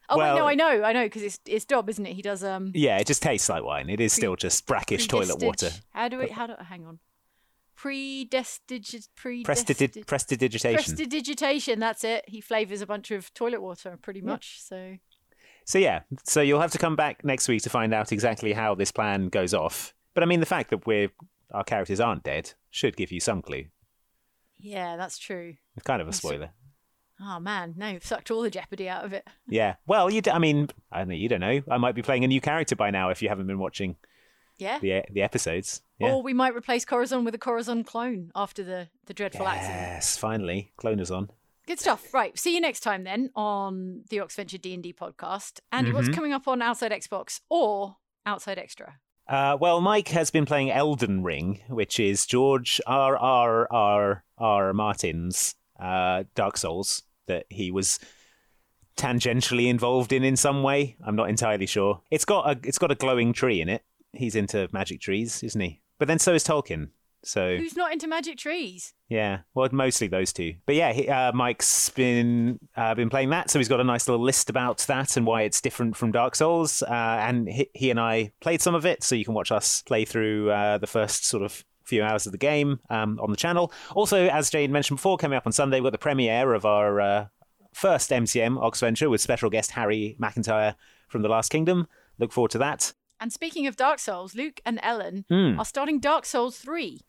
Oh Well- wait, no, I know, I know, because it's it's Dob, isn't it? He does um. Yeah, it just tastes like wine. It is Pre- still just brackish toilet predestig- water. How do it? How do? Hang on. Predestig. Prestidi- Predestig. prestidigitation. Prestidigitation. That's it. He flavors a bunch of toilet water, pretty much. So So yeah, so you'll have to come back next week to find out exactly how this plan goes off. But I mean, the fact that we're our characters aren't dead should give you some clue. yeah, that's true. It's kind of a spoiler. Oh man, no, you've sucked all the jeopardy out of it. Yeah. Well, you. D- I mean, I don't know. You don't know. I might be playing a new character by now if you haven't been watching Yeah. the e, the episodes. Yeah. Or we might replace Corazon with a Corazon clone after the the dreadful accident. yes. Finally, clone is on. Good stuff. Right. See you next time then on the Oxventure D&D podcast. Andy, what's Mhm. coming up on Outside Xbox or Outside Extra? Uh, well, Mike has been playing Elden Ring, which is George R R R R Martin's uh, Dark Souls that he was tangentially involved in in some way. I'm not entirely sure. It's got a it's got a glowing tree in it. He's into magic trees, isn't he? But then so is Tolkien. So Who's not into magic trees? yeah, well, mostly those two. But yeah, he, uh, Mike's been uh, been playing that, so he's got a nice little list about that and why it's different from Dark Souls. Uh, and he, he and I played some of it, so you can watch us play through uh, the first sort of few hours of the game um, on the channel. Also, as Jade mentioned before, coming up on Sunday, we've got the premiere of our uh, first MCM Oxventure with special guest Harry McIntyre from The Last Kingdom. Look forward to that. And speaking of Dark Souls, Luke and Ellen Hmm. are starting Dark Souls 3.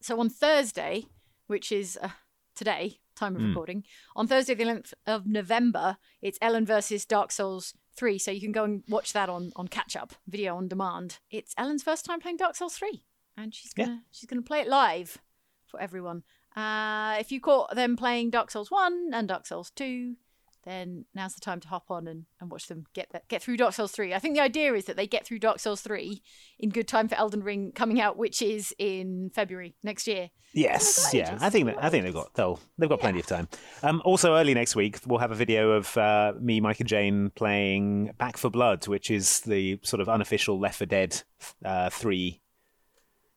So on Thursday, which is uh, today, time of Hmm. recording, on Thursday, the 11th of November, it's Ellen versus Dark Souls 3. So you can go and watch that on, on catch up video on demand. It's Ellen's first time playing Dark Souls 3, and she's Yeah. gonna, she's going to play it live for everyone. Uh, if you caught them playing Dark Souls 1 and Dark Souls 2, then now's the time to hop on and, and watch them get that, get through Dark Souls 3. I think the idea is that they get through Dark Souls 3 in good time for Elden Ring coming out, which is in February next year. Yes, yeah. I think that, I think they've got they'll, they've got plenty of time. Um, also, early next week we'll have a video of uh, me, Mike, and Jane playing Back for Blood, which is the sort of unofficial Left 4 Dead uh, three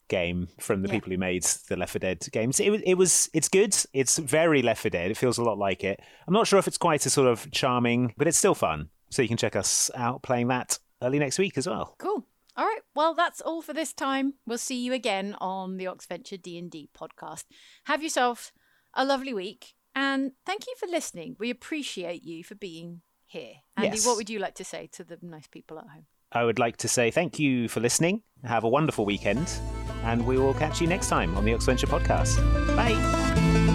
game from the people who made the Left 4 Dead games. It, wa- it was it's good. It's very Left 4 Dead. It feels a lot like it. I'm not sure if it's quite as sort of charming, but it's still fun. So you can check us out playing that early next week as well. Cool. All right. Well, that's all for this time. We'll see you again on the Oxventure D&D podcast. Have yourself a lovely week and thank you for listening. We appreciate you for being here. Andy, Yes. what would you like to say to the nice people at home? I would like to say thank you for listening. Have a wonderful weekend, and we will catch you next time on the Oxventure Podcast. Bye.